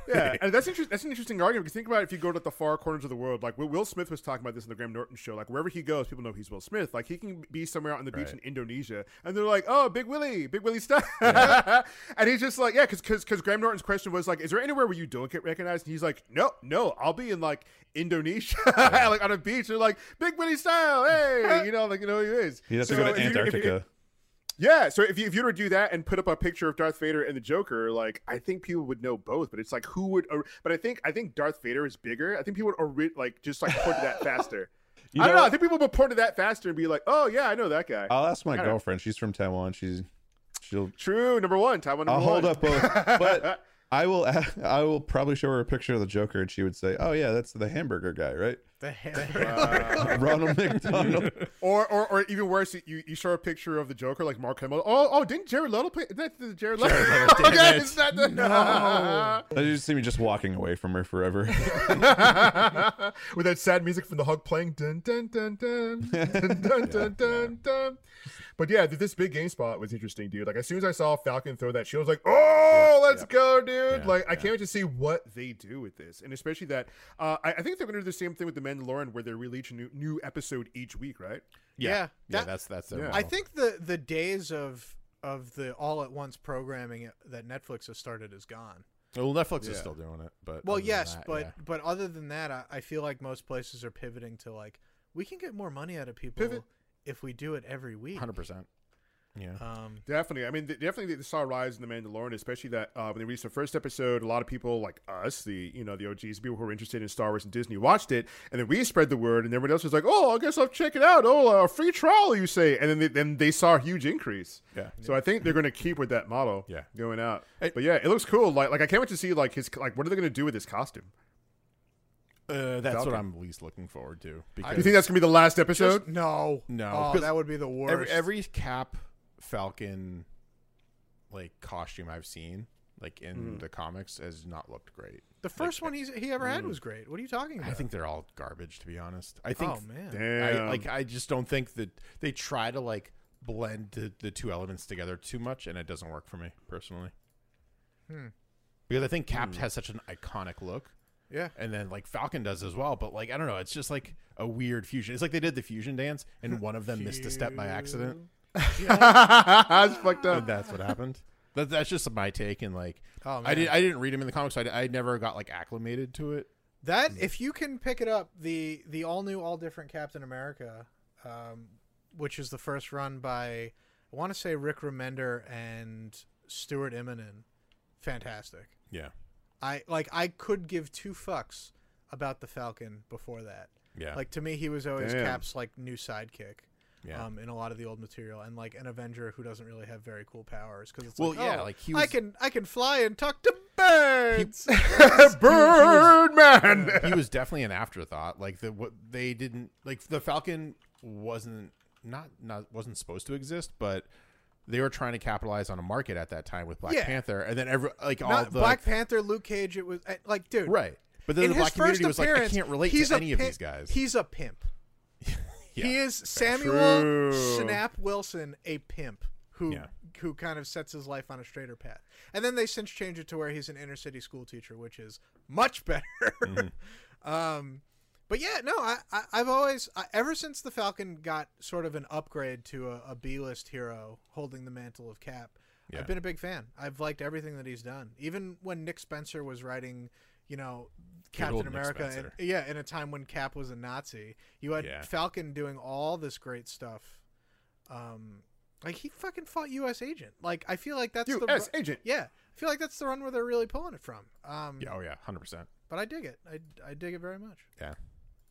yeah, and that's inter- that's an interesting argument. Because think about if you go to the far corners of the world, like Will- Will Smith was talking about this in the Graham Norton show. Like wherever he goes, people know he's Will Smith. Like he can be somewhere out on the beach Right. in Indonesia, and they're like, "Oh, Big Willie, Big Willie stuff," and he's just like, "Yeah," because because Graham Norton's question was like, "Is there anywhere where you don't get recognized?" And he's like, "No, no, I'll be in like Indonesia, like on a beach." They're like, "Big Willie style, hey," you know, like you know who he is. He'd have to So go if to you- if you- Antarctica. yeah, so if you, if you were to do that and put up a picture of Darth Vader and the Joker, like I think people would know both, but it's like who would? or- But I think I think Darth Vader is bigger. I think people would ori- like just like point to that faster. You I don't know- know. I think people would point to that faster and be like, "Oh yeah, I know that guy." I'll ask my I don't know. girlfriend. She's from Taiwan. She's she'll True, number one, Taiwan. I'll number hold one. up both. But I will I will probably show her a picture of the Joker and she would say, "Oh yeah, that's the hamburger guy, right?" The hand- Ronald McDonald. or, or or even worse, you, you show a picture of the Joker like Mark Hamill. Oh oh, didn't Jared Leto play? That's the Jared Leto. damn okay, it. it's not the- I just see me just walking away from her forever. with that sad music from the hug playing. Dun, dun, dun, dun, dun, dun, dun, dun, dun. But yeah, th- this big game spot was interesting, dude. Like as soon as I saw Falcon throw that shield, I was like, "Oh, let's go, dude!" Yeah, like I yeah. can't wait to see what they do with this, and especially that uh, I, I think they're going to do the same thing with the Mandalorian, where they release a new, new episode each week, right? Yeah, Yeah, yeah, that- that's that's their Yeah. I model. think the the days of of the all at once programming that Netflix has started is gone. Well, Netflix Yeah. is still doing it, but Well, other than yes, that, but yeah. but other than that, I, I feel like most places are pivoting to like we can get more money out of people Pivot. if we do it every week. hundred percent. Yeah, Um, Definitely. I mean, th- definitely they saw a rise in the Mandalorian, especially that uh, when they released the first episode, a lot of people like us, the you know the OGs, people who were interested in Star Wars and Disney, watched it, and then we spread the word, and everyone else was like, "Oh, I guess I'll check it out." Oh, a free trial, you say? And then they, then they saw a huge increase. Yeah. So I think they're going to keep with that model. Yeah. Going out. It- but yeah, it looks cool. Like like I can't wait to see like his like what are they going to do with his costume? uh, that's Falcon. what I'm least looking forward to. Because Do you think that's going to be the last episode? just- no, No, oh, because that would be the worst. every every cap Falcon like costume I've seen like in the comics has not looked great. the first one he's, he ever had was great. What are you talking about? Mm. I think they're all garbage, to be honest. I think oh man, Damn. I, like I just don't think that they try to like blend the, the two elements together too much, and it doesn't work for me personally. Because I think Cap has such an iconic look, yeah. and then like Falcon does as well. But like I don't know, it's just like a weird fusion. It's like they did the fusion dance, and one of them missed a step by accident, That's fucked and up. that's what happened. That, that's just my take, and like Oh, I did man. I didn't read him in the comics, so I, I never got like acclimated to it. That if you can pick it up, the the all new, all different Captain America, um, which is the first run by I want to say Rick Remender and Stuart Eminem, fantastic. Yeah, I like I could give two fucks about the Falcon before that. yeah, Like to me, he was always Damn. Cap's like new sidekick. Yeah. Um, in a lot of the old material, and like an Avenger who doesn't really have very cool powers, because it's Well, like, yeah, oh, like, he I was- can I can fly and talk to birds. Birdman. he was definitely an afterthought. Like the what they didn't like the Falcon wasn't not not wasn't supposed to exist, but they were trying to capitalize on a market at that time with Black Yeah. Panther, and then every like all Not the Black Panther, Luke Cage. It was uh, like, dude, right. But then in the his black community first was like, I appearance, can't relate he's to a any of pimp- these guys. He's a pimp. Yeah. He is Samuel True. Snap Wilson, a pimp who Yeah. who kind of sets his life on a straighter path. And then they since changed it to where he's an inner city school teacher, which is much better. Mm-hmm. um, but yeah, no, I, I I've always I, ever since the Falcon got sort of an upgrade to a, a B list hero holding the mantle of Cap. Yeah. I've been a big fan. I've liked everything that he's done. Even when Nick Spencer was writing, you know, old Captain Nick America. Spencer. in- yeah, in a time when Cap was a Nazi, you had Yeah. Falcon doing all this great stuff. Um, like he fucking fought U.S. Agent. Like I feel like that's the U.S. agent. yeah. I feel like that's the run where they're really pulling it from. Um, yeah, oh yeah, hundred percent. but I dig it. I, I dig it very much. Yeah.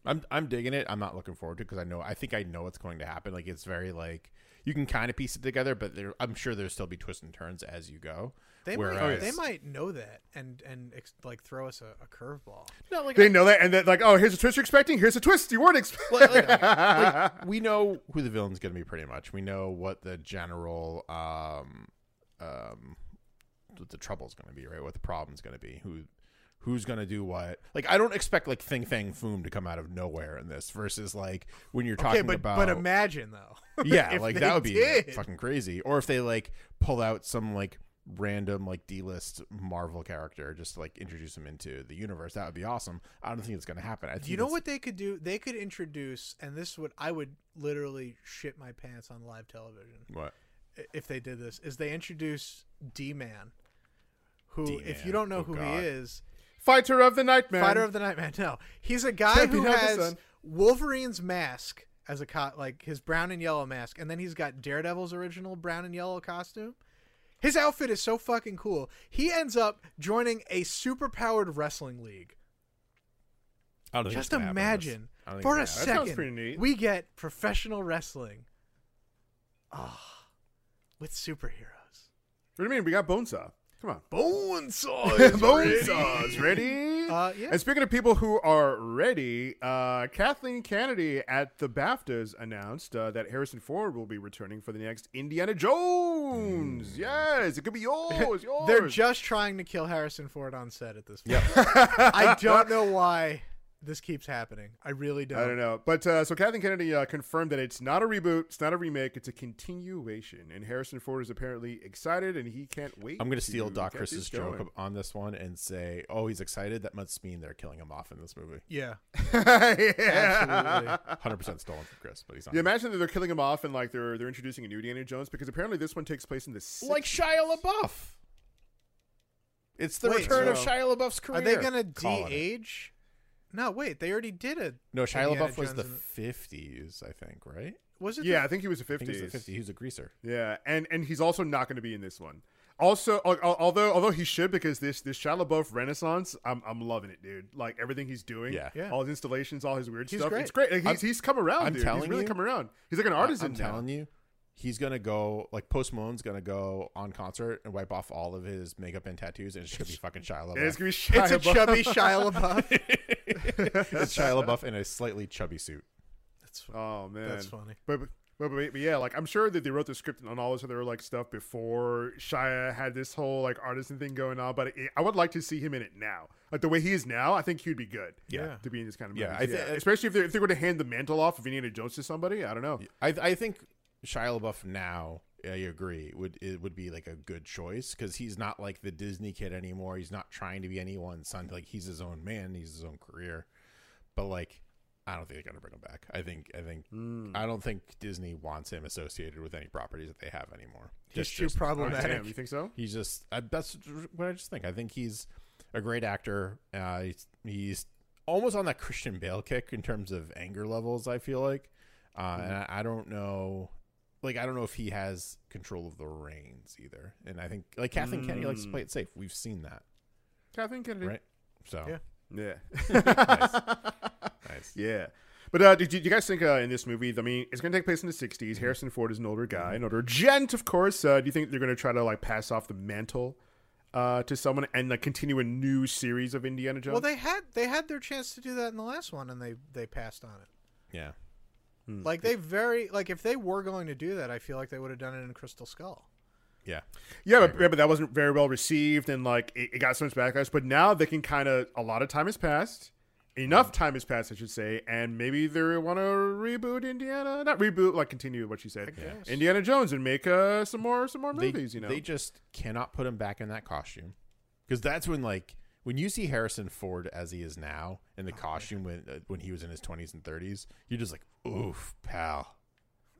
I'm I'm digging it. I'm not looking forward to because I know I think I know what's going to happen. Like it's very like you can kind of piece it together, but there I'm sure there'll still be twists and turns as you go. They might Whereas- they might know that and and ex- like throw us a, a curveball. No, like They know that, and they're like, oh, here's a twist you're expecting. Here's a twist you weren't expecting. like, like- like, we know who the villain's going to be pretty much. We know what the general um um what the trouble's going to be, right? What the problem's going to be. Who who's going to do what? Like I don't expect like Thing Fang Foom to come out of nowhere in this versus like when you're talking okay, but about but imagine though. yeah, if like they that would be did. fucking crazy. Or if they like pull out some like random like D-list Marvel character just to, like introduce them into the universe, that would be awesome. I don't think it's going to happen. I think Do you know it's- what they could do? They could introduce, and this would I would literally shit my pants on live television. what i- if they did this is they introduce D-Man, who if D-Man. you don't know Oh, who God. he is, Fighter of the Night Man. Fighter of the Night Man. No, he's a guy who Champion of the has sun. Wolverine's mask as a co- like his brown and yellow mask, and then he's got Daredevil's original brown and yellow costume. His outfit is so fucking cool. He ends up joining a superpowered wrestling league. I don't think it's Just gonna happen. That's- imagine I don't think for a it's gonna happen. That sounds second pretty neat. we get professional wrestling. Ah, with superheroes. What do you mean? We got Bonesaw. Come on. Bonesaw Bonesaw's ready. Uh, yeah. And speaking of people who are ready, uh, Kathleen Kennedy at the BAFTAs announced uh, that Harrison Ford will be returning for the next Indiana Jones. Hmm. Yes, it could be yours. yours. They're just trying to kill Harrison Ford on set at this point. I don't know why this keeps happening. I really don't. I don't know. But uh, so Kathleen Kennedy uh, confirmed that it's not a reboot, it's not a remake, it's a continuation. And Harrison Ford is apparently excited and he can't wait. I'm going to steal to Doc get Chris's this going. joke ab- on this one and say, "Oh, he's excited. That must mean they're killing him off in this movie." Yeah. yeah. Absolutely. 100 percent stolen from Chris, but he's not. You imagine that they're killing him off and like they're they're introducing a new Indiana Jones because apparently this one takes place in the 60s. like Shia LaBeouf. It's the Wait, return of so- Shia LaBeouf's career. Are they going to Calling it. de-age? No, wait. They already did it. No, Shia Indiana LaBeouf was Jones the and- 50s, I think, right? Was it? yeah, I think he was a I think 50s. he was the 50s. He was a greaser. Yeah, and and he's also not going to be in this one. Also, al- al- although although he should because this this Shia LaBeouf Renaissance, I'm I'm loving it, dude. Like everything he's doing, Yeah. Yeah. all his installations, all his weird He's stuff. great. It's great. Like, he's, I'm- he's come around. I'm dude. he's telling really you. come around. He's like an I- artisan. I'm now. telling you, he's gonna go like Post Malone's gonna go on concert and wipe off all of his makeup and tattoos, and it's just gonna be fucking Shia And it's LaBeouf. gonna be the- Shia It's a LaBeouf. chubby Shia LaBeouf. it's Shia LaBeouf in a slightly chubby suit. That's funny. Oh man, That's funny. But, but, but, but but yeah, like I'm sure that they wrote the script and all this other like stuff before Shia had this whole like artisan thing going on. But it, I would like to see him in it now, like the way he is now. I think he'd be good. Yeah. to be in this kind of Yeah, movies. I thi- yeah. especially if they if they were to hand the mantle off of Indiana Jones to somebody. I don't know. I I think Shia LaBeouf now. I agree. Would it would be like a good choice because he's not like the Disney kid anymore. He's not trying to be anyone's son. Like he's his own man. He's his own career. But like, I don't think they're gonna bring him back. I think I think Hmm. I don't think Disney wants him associated with any properties that they have anymore. He's Just- too just- Damn, problematic. you think so? He's just I, that's what I just think. I think he's a great actor. Uh, he's, he's almost on that Christian Bale kick in terms of anger levels. I feel like, uh, and I, I don't know, like I don't know if he has control of the reins either. And I think like Kathleen Kennedy likes to play it safe. We've seen that, Kathleen Kennedy. right? So Yeah. Yeah. nice. Yeah. But uh, did you, do you guys think uh, in this movie? I mean, it's going to take place in the '60s. Harrison Ford is an older guy, an older gent, of course. Uh, do you think they're going to try to like pass off the mantle uh, to someone and like continue a new series of Indiana Jones? Well, they had they had their chance to do that in the last one, and they they passed on it. yeah. Hmm. Like they very like if they were going to do that, I feel like they would have done it in Crystal Skull. Yeah. yeah, but, yeah, but that wasn't very well received, and like it, it got so much backlash. But now they can kind of a lot of time has passed, enough time has passed, I should say, and maybe they want to reboot Indiana, not reboot, like continue what you said, guess. Indiana Jones, and make uh, some more some more They- movies. you know, they just cannot put him back in that costume because that's when like when you see Harrison Ford as he is now in the Oh, costume when uh, when he was in his twenties and thirties, you're just like, oof, pal,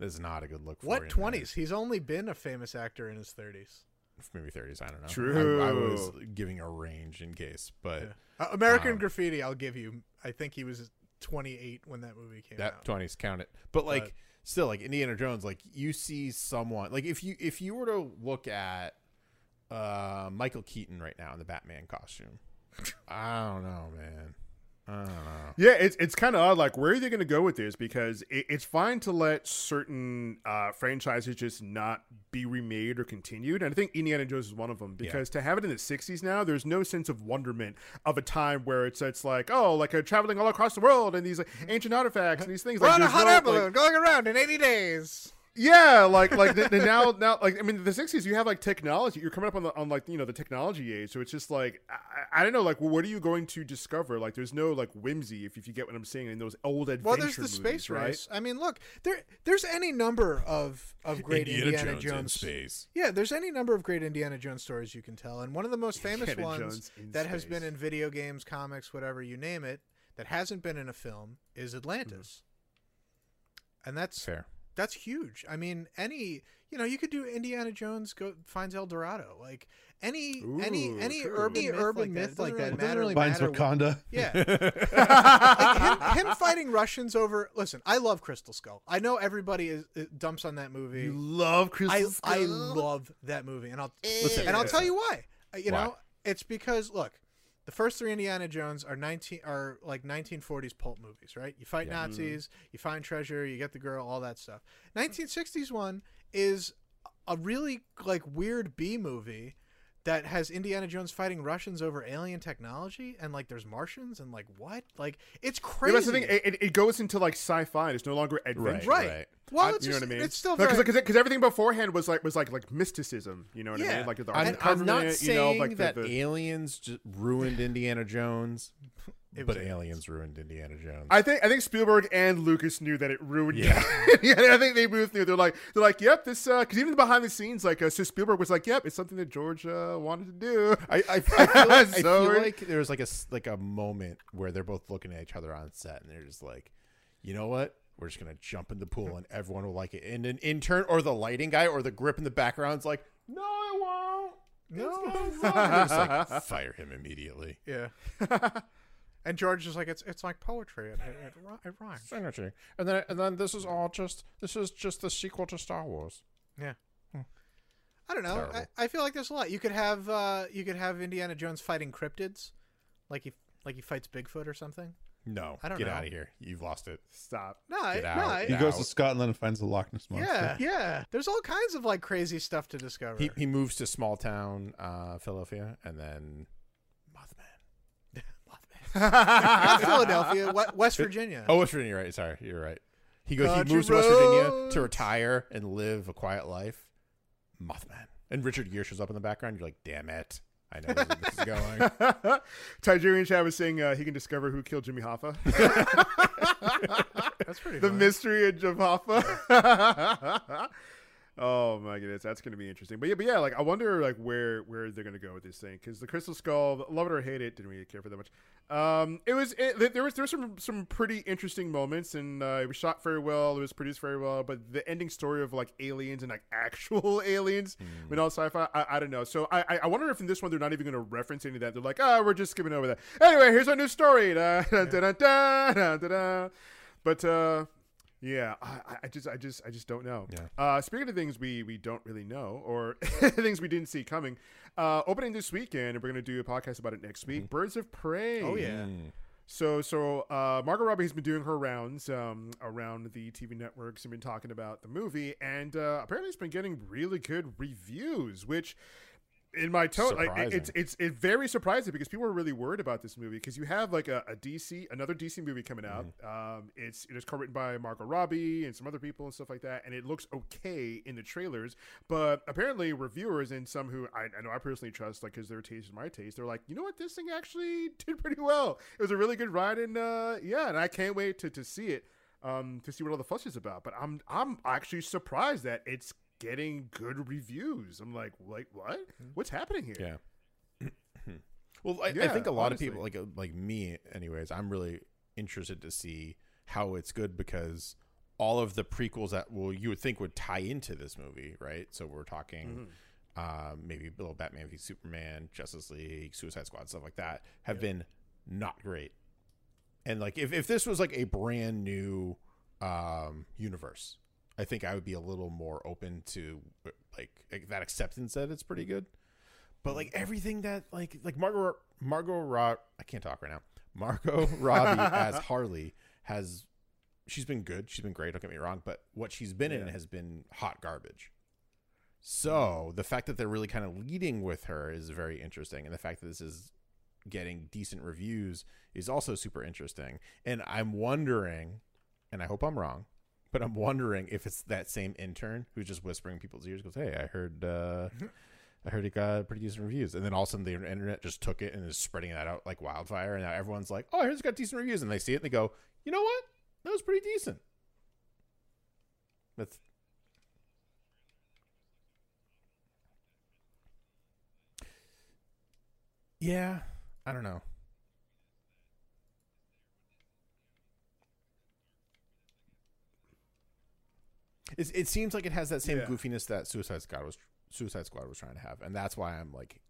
that's not a good look. for you, What man." twenties? He's only been a famous actor in his thirties. Maybe thirties. I don't know. True. I, I was giving a range in case, but Uh, American Um, Graffiti, I'll give you. I think he was twenty eight when that movie came that out. twenties count it. But like, But- still, like Indiana Jones, like you see someone like if you if you were to look at uh Michael Keaton right now in the Batman costume, I don't know, man. I don't know. Yeah, it's it's kind of odd. Like, where are they going to go with this? Because it, it's fine to let certain uh, franchises just not be remade or continued, and I think Indiana Jones is one of them. Because to have it in the '60s now, there's no sense of wonderment of a time where it's it's like oh, like uh, traveling all across the world and these like, ancient artifacts and these things. We're like, on a there's hot no, air like- balloon going around in eighty days. yeah, like like th- th- now now like I mean the sixties you have like technology you're coming up on the on like you know the technology age so it's just like I, I don't know like what are you going to discover like there's no like whimsy if, if you get what I'm saying in those old adventure Well, there's the movies, space right? race. I mean, look, there there's any number of of great Indiana, in space. Yeah, there's any number of great Indiana Jones stories you can tell, and one of the most famous Indiana ones Jones in that has been space. in video games, comics, whatever you name it, that hasn't been in a film is Atlantis. Hmm. And that's Fair. that's huge. I mean, any you know, you could do Indiana Jones go finds El Dorado, like any any Ooh, any true. urban Any myth like that. It doesn't really matter what- Finds Wakanda. yeah, like him, him fighting Russians over. Listen, I love Crystal Skull. I know everybody is, is- dumps on that movie. You love Crystal I Skull? I love that movie, and I'll Listen. and I'll tell you why. Uh, You Why? know, it's because look, the first three Indiana Jones are nineteen are like nineteen forties pulp movies, right? You fight Nazis, Mm-hmm. you find treasure, you get the girl, all that stuff. Nineteen sixties one is a really like weird B movie that has Indiana Jones fighting Russians over alien technology and like there's Martians and like what? Like it's Yeah, crazy. that's the thing it, it, it goes into like sci-fi and it's no longer adventure right. Right. Well, I- it's you know just- what I mean? It's still very, because everything beforehand was like was like like mysticism. You know what I Yeah. mean? Like the I'm, I'm not government, saying you know, like the- that the, aliens ju- ruined Indiana Jones, It but was aliens ruined Indiana Jones. I think I think Spielberg and Lucas knew that it ruined. Yeah. yeah, I think they both knew. They're like they're like, yep, this because even behind the scenes, like uh, so Spielberg was like, yep, it's something that George uh, wanted to do. I, I, I feel, like, I So feel we're- like there was like a s- like a moment where they're both looking at each other on set, and they're just like, you know what? We're just gonna jump in the pool, and everyone will like it. And an intern or the lighting guy or the grip in the background's like, no, it won't. No. It's not wrong." And they're just like, fire him immediately. Yeah. and George is like, it's it's like poetry. It, it, it, ri- it rhymes. Synergy. And then and then this is all just this is just the sequel to Star Wars. I don't know. I, Terrible. I feel like there's a lot. You could have uh, you could have Indiana Jones fighting cryptids, like he like he fights Bigfoot or something. No, I don't get know. out of here. You've lost it. Stop. No, I, Get no, out. I- He goes to Out. Scotland and finds the Loch Ness monster. yeah, yeah. There's all kinds of like crazy stuff to discover. He he moves to small town uh, Philadelphia, and then Mothman. Not Philadelphia, we- West Virginia. Oh, West Virginia, you're right? Sorry, you're right. He goes. Country he moves to West Virginia roads. to retire and live a quiet life. Mothman and Richard Gere shows up in the background. You're like, damn it! I know where this is going. Tiberian Chat was saying uh, he can discover who killed Jimmy Hoffa. That's pretty. the funny. mystery of Jim Hoffa. oh my goodness, that's going to be interesting. But yeah, but yeah, like I wonder like where where they're going to go with this thing because the Crystal Skull, love it or hate it, didn't really care for that much. Um, it was it, th- there was there was some some pretty interesting moments, and uh, it was shot very well, it was produced very well, but the ending story of like aliens and like actual aliens, but not sci-fi, I, I don't know. So I I- I wonder if in this one they're not even going to reference any of that. They're like, oh, we're just skipping over that. Anyway, here's our new story. Da, da, da, da, da, da, da, da. But uh, yeah, I, I- I just, I just, I just don't know. Yeah. Uh, speaking of things we we don't really know or things we didn't see coming, uh, opening this weekend, and we're gonna do a podcast about it next week. Mm-hmm. Birds of Prey. Oh yeah. So so uh, Margot Robbie has been doing her rounds um, around the TV networks and been talking about the movie, and uh, apparently it's been getting really good reviews, which. In my tone, like, it- it's Surprising. it's it very surprising because people are really worried about this movie because you have like a, a DC another DC movie coming out. Um, it's it is co-written by Margot Robbie and some other people and stuff like that, and it looks okay in the trailers. But apparently, reviewers and some who I, I know I personally trust, like because their taste is my taste, they're like, you know what, this thing actually did pretty well. It was a really good ride, and uh, yeah, and I can't wait to to see it um, to see what all the fuss is about. But I'm I'm actually surprised that it's getting good reviews. I'm like, like what? What's happening here? Yeah. well, I, I Yeah, think a lot honestly. of people, like uh, like me, anyways, I'm really interested to see how it's good because all of the prequels that well you would think would tie into this movie, right? So we're talking. Mm-hmm. Uh, maybe little Batman v Superman, Justice League, Suicide Squad, stuff like that have been not great. And like if, if this was like a brand new um universe, I think I would be a little more open to like, like that acceptance that it's pretty good. But like everything that like like Margot Margot Rob I can't talk right now. Margot Robbie as Harley has she's been good, she's been great, don't get me wrong, but what she's been in has been hot garbage. So the fact that they're really kind of leading with her is very interesting, and the fact that this is getting decent reviews is also super interesting. And I'm wondering, and I hope I'm wrong, but I'm wondering if it's that same intern who's just whispering in people's ears, goes, "Hey, I heard, uh, I heard it got pretty decent reviews," and then all of a sudden the internet just took it and is spreading that out like wildfire, and now everyone's like, "Oh, I heard it's got decent reviews," and they see it and they go, "You know what? That was pretty decent." That's Yeah, I don't know. It, it seems like it has that same Yeah. goofiness that Suicide Squad was Suicide Squad was trying to have, and that's why I'm like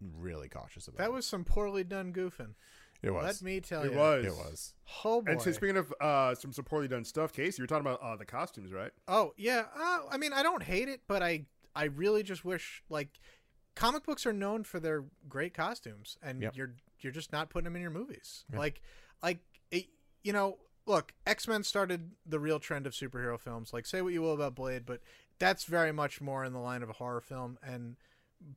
really cautious about That it. was some poorly done goofing. it was Let me tell It you. was. it was Oh boy. And so speaking of uh, some some poorly done stuff, Casey, you were talking about uh, the costumes, right? Oh yeah, uh, I mean I don't hate it, but I I really just wish like comic books are known for their great costumes, and Yep. you're you're just not putting them in your movies. Like like it, you know, look, X Men started the real trend of superhero films. Like say what you will about Blade, but that's very much more in the line of a horror film, and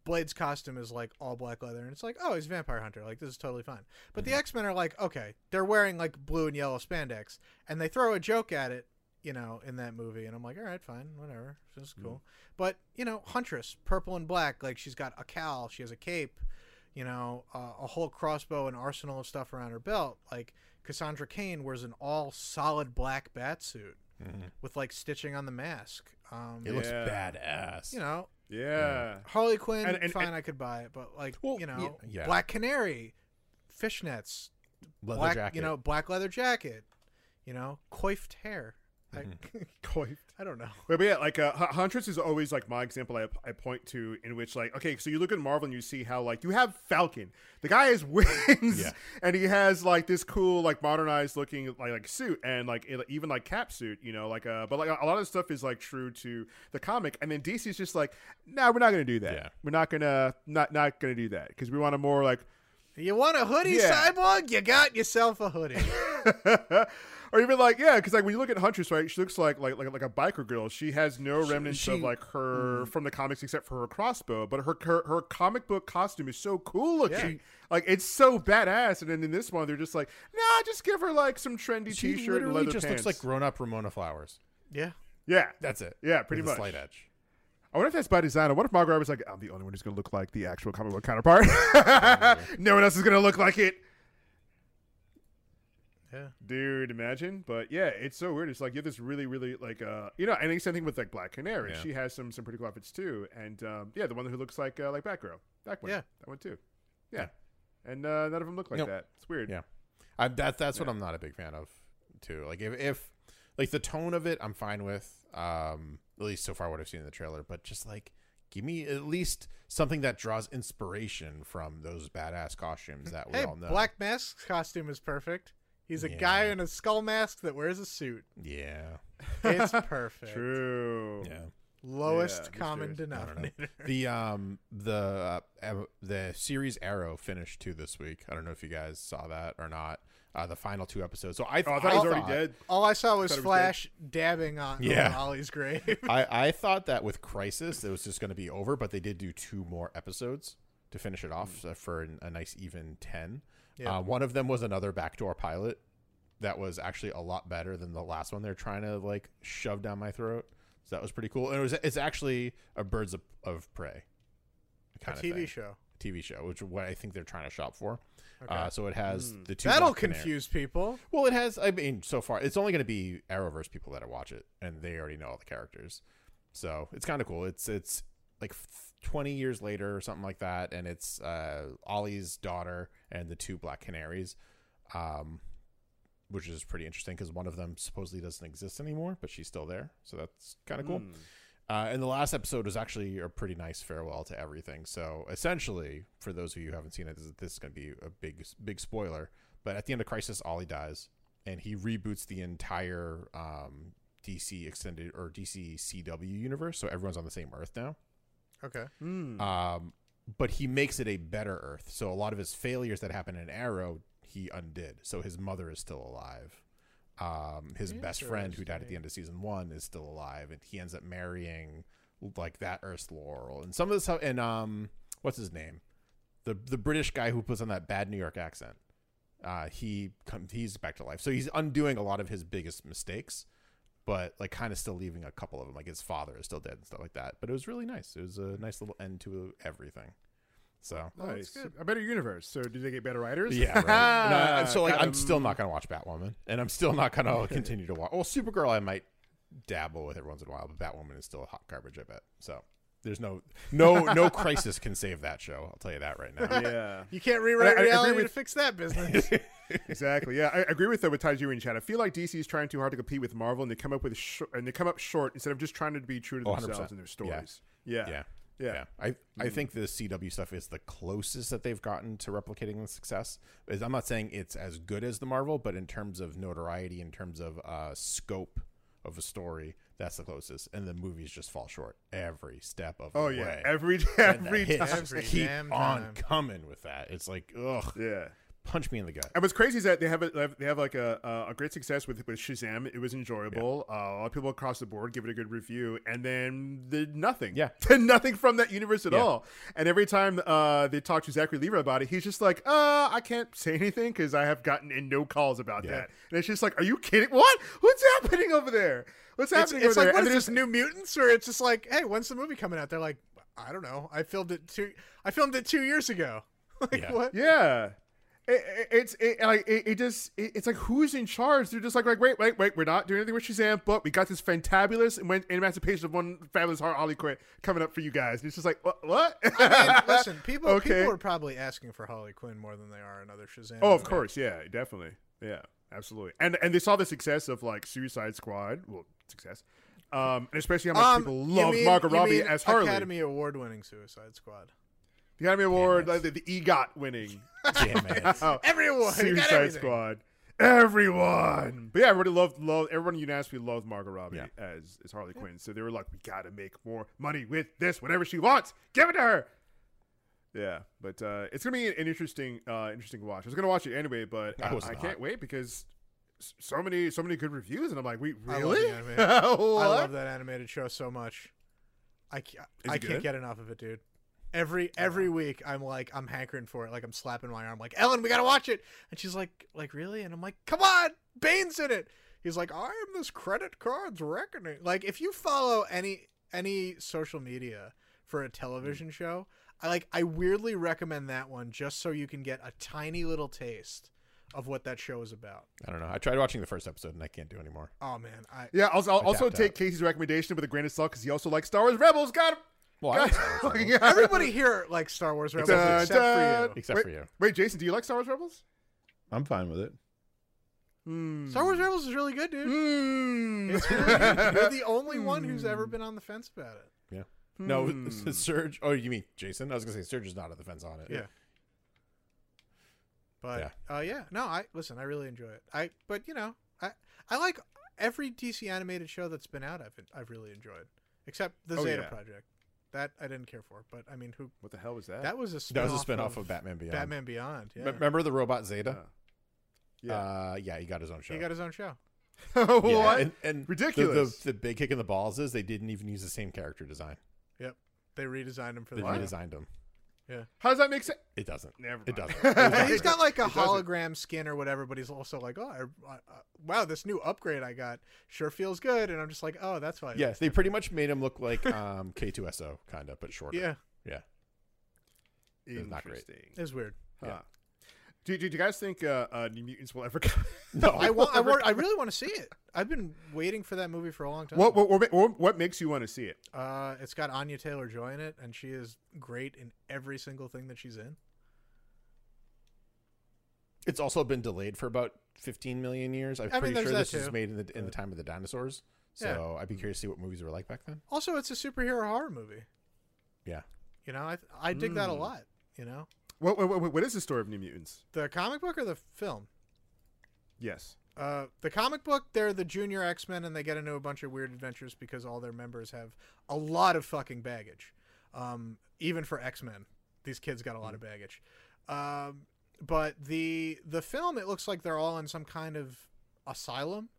Blade's costume is like all black leather, and it's like, oh, he's a vampire hunter. Like this is totally fine. But Mm-hmm. the X Men are like, okay, they're wearing like blue and yellow spandex, and they throw a joke at it, you know, in that movie, and I'm like, all right, fine, whatever, Mm-hmm. this is cool. But you know, Huntress, purple and black, like she's got a cowl, she has a cape, you know, uh, a whole crossbow and arsenal of stuff around her belt. Like Cassandra Kane wears an all solid black bat suit with like stitching on the mask. Um, Mm-hmm. It looks Yeah. badass. you know, Yeah. Harley Quinn, And- and- fine, and- I could buy it, but like Well, you know, yeah, yeah. Black Canary, fishnets, leather black, jacket. you know, black leather jacket, you know, coiffed hair. Mm-hmm. I, Coy. I don't know. But, but yeah, like uh, Hu- Huntress is always like my example I, I point to in which like okay, so you look at Marvel and you see how like you have Falcon, the guy has wings, Yeah. and he has like this cool like modernized looking like, like suit and like it, even like cap suit, you know, like uh, but like a lot of the stuff is like true to the comic, and then DC is just like, nah, we're not gonna do that, Yeah. we're not gonna not not gonna do that because we want a more like You want a hoodie, Yeah. cyborg? You got yourself a hoodie. or even like yeah, because like when you look at Huntress, right, she looks like like like, like a biker girl. She has no remnants she- of like mm. her from the comics except for her crossbow. But her her, her comic book costume is so cool looking, like it's so badass. And then in this one, they're just like, nah, just give her like some trendy she t-shirt and literally leather just pants. looks like grown up Ramona Flowers. yeah. yeah, That's it. Yeah, pretty With a much. Slight edge. I wonder if that's by design. I wonder if Margaret was like, I'm the only one who's gonna look like the actual comic book counterpart. no one else is gonna look like it. Yeah. dude imagine but yeah it's so weird it's like you have this really really like uh you know and it's same thing with like black canary Yeah. she has some some pretty cool outfits too and um yeah the one who looks like uh like batgirl that one Yeah. that one too yeah and uh none of them look like Nope. that it's weird Yeah. I, that that's what I'm not a big fan of too. Like if, if like the tone of it, I'm fine with. Um, at least so far what I've seen in the trailer, but just like give me at least something that draws inspiration from those badass costumes that we Hey, all know. Black Mask's costume is perfect. He's a Yeah. guy in a skull mask that wears a suit. Yeah. It's perfect. true Yeah. Lowest Yeah, common mysterious. I don't know. denominator. the um the uh, the series Arrow finished too this week. I don't know if you guys saw that or not. Uh, the final two episodes. So I, oh th- i thought he was already dead All I saw was Thought it was Flash dabbing on, Yeah. on Ollie's grave. I, I thought that with Crisis, it was just going to be over, but they did do two more episodes to finish it off so for an- a nice even 10. Hmm. Yeah. Uh, one of them was another backdoor pilot that was actually a lot better than the last one they're trying to like shove down my throat. So that was pretty cool. And it was it's actually a Birds of, of Prey a kind TV thing. show. TV show, which is what I think they're trying to shop for. Okay. Hmm. Uh, so it has the two. That'll Black Canary- confuse people. Well, it has. I mean, so far, it's only going to be Arrowverse people that watch it, and they already know all the characters. So it's kind of cool. It's it's like f- twenty years later or something like that, and it's uh, Ollie's daughter and the two Black Canaries, um, which is pretty interesting because one of them supposedly doesn't exist anymore, but she's still there. So that's kind of cool. Uh, and the last episode was actually a pretty nice farewell to everything. So essentially, for those of you who haven't seen it, this, this is going to be a big, big spoiler. But at the end of Crisis, Ollie dies, and he reboots the entire um, DC extended or DC CW universe. So everyone's on the same Earth now. Okay. Um, but he makes it a better Earth. So a lot of his failures that happened in Arrow, he undid. So his mother is still alive. Um, his best friend, who died at the end of season one, is still alive, and he ends up marrying like that Earth's Laurel and some of this. And um, what's his name? The the British guy who puts on that bad New York accent. Uh, he come, he's back to life. So he's undoing a lot of his biggest mistakes but like kind of still leaving a couple of them like his father is still dead and stuff like that but it was really nice it was a nice little end to everything so nice a better universe so do they get better writers Oh, yeah right. And I- so like Uh, Got i'm still not gonna watch batwoman and i'm still not gonna continue to watch well supergirl i might dabble with every once in a while but batwoman is still hot garbage i bet so there's no no no crisis can save that show i'll tell you that right now yeah You can't rewrite I- I agree reality to with- fix that business. exactly. Yeah, I I agree with that with Taiju and Chad. I feel like DC is trying too hard to compete with Marvel, and they come up with sh- and they come up short instead of just trying to be true to Oh, 100%. themselves and their Yeah. stories. Yeah, yeah yeah. Mm-hmm. I I think the CW stuff is the closest that they've gotten to replicating the success. Is I'm not saying it's as good as the Marvel, but in terms of notoriety, in terms of uh, scope of a story, that's the closest. And the movies just fall short every step of Oh the yeah, way. every And the every hits time. just Every keep damn on time. coming with that. It's like ugh, Yeah. punch me in the gut. And what's crazy is that they have a, they have like a a- a great success with with Shazam. It was enjoyable. Uh, a lot of people across the board give it a good review, and then the nothing. Yeah. nothing from that universe at all. And every time uh, they talk to Zachary Levi about it, he's just like, "Uh, I can't say anything because I have gotten in no calls about that." And it's just like, "Are you kidding? What? What's happening over there? What's it's happening it's over there?" like, what And is then this, New Mutants? Or it's just like, hey, when's the movie coming out? They're like, I don't know. I filmed it two. I filmed it two years ago. like Yeah. what? Yeah. It, it- it's it, like it, it just it- it's like who's in charge? They're just like like wait wait wait we're not doing anything with Shazam, but we got this fantabulous and went emancipation of one fabulous heart Holly Quinn coming up for you guys. And it's just like what? what? Man, listen, people Okay. people are probably asking for Harley Quinn more than they are another Shazam. oh, of movie. course, yeah, definitely, yeah, absolutely. And and they saw the success of like Suicide Squad, well, success, um, and especially how much Um, people you love mean- Margot you Robbie mean as Harley, Academy Award winning Suicide Squad. the Academy Award, that's- like, the, the EGOT winning Damn it. Oh, Every award, you got Suicide everything. Squad. Everyone, but yeah, everybody loved, loved everyone unanimously loved Margot Robbie Yeah. as as Harley Quinn. So they were like, we gotta make more money with this. Whatever she wants, give it to her. Yeah, but uh, it's gonna be an interesting, uh, interesting watch. I was gonna watch it anyway, but I I, was I not. can't wait because s- so many, so many good reviews, and I'm like, wait, I love the really? anime. I What? love that animated show so much. I can't, Is I it can't good? get enough of it, dude. Every every week, I'm like I'm hankering for it. Like I'm slapping my arm, like Ellen, we gotta watch it. And she's like, like really? And I'm like, come on, Bane's in it. He's like, I am this credit card's reckoning. Like if you follow any any social media for a television Mm. show, I like I weirdly recommend that one just so you can get a tiny little taste of what that show is about. I don't know. I tried watching the first episode and I can't do anymore. Oh man, I Yeah, I'll, I'll also Adapt take Casey's recommendation with a grain of salt because he also likes Star Wars Rebels. Got him. Well, I Fucking got him. everybody here likes Star Wars Rebels Dun, except for you. dun. Except wait, for you. Wait, Jason, do you like Star Wars Rebels? I'm fine with it. Hmm. Star Wars Rebels is really good, dude. Hmm. It's really good. You're Mm. the only one who's ever been on the fence about it. No, Serge. Oh, you mean Jason? I was gonna say Serge is not at the fence on it. Hmm. Yeah. But yeah. uh yeah, no, I listen, I really enjoy it. I but you know, I I like every DC animated show that's been out I've I've really enjoyed. Except the Oh, Zeta yeah. Project. That I didn't care for, but I mean, who What the hell was that? that was a spin That was a spinoff of, Batman Beyond. Batman Beyond. Yeah. M- Remember the robot Zeta? Uh, yeah. Uh, yeah, he got his own show. he got his own show. what? Yeah, And, and the- Ridiculous. The, the, big kick in the balls is they didn't even use the same character design. Yep. They redesigned him for They the redesigned him. How does that make sense? It doesn't. Never It mind. doesn't. Yeah, he's got like a It doesn't. hologram skin or whatever, but he's also like, oh, I, I, I- wow, this new upgrade I got sure feels good, and I'm just like, oh, that's why. Yes, they pretty much made him look like um, K2SO, kind of, but shorter. yeah, It's not great. Interesting. it's weird. Huh. Do, do, do you guys think uh, uh, New Mutants will ever come? No, I want, I want, I really want to see it. I've been waiting for that movie for a long time. what, what, what, ma- what makes you want to see it? Uh, it's got Anya Taylor Joy in it, and she is great in every single thing that she's in. it's also been delayed for about 15 million years. I'm I mean, pretty there's sure that this was too. made in the in the time of the dinosaurs. So I'd be curious to see what movies were like back then. Also, it's a superhero horror movie. Yeah. You know, I I dig that a Mm. lot. You know, What, what, what- what is the story of New Mutants? the comic book or the film. Yes. Uh, the comic book, they're the junior X Men, and they get into a bunch of weird adventures because all their members have a lot of fucking baggage. Um, even for X Men, these kids got a lot of baggage. Um, but the the film, it looks like they're all in some kind of asylum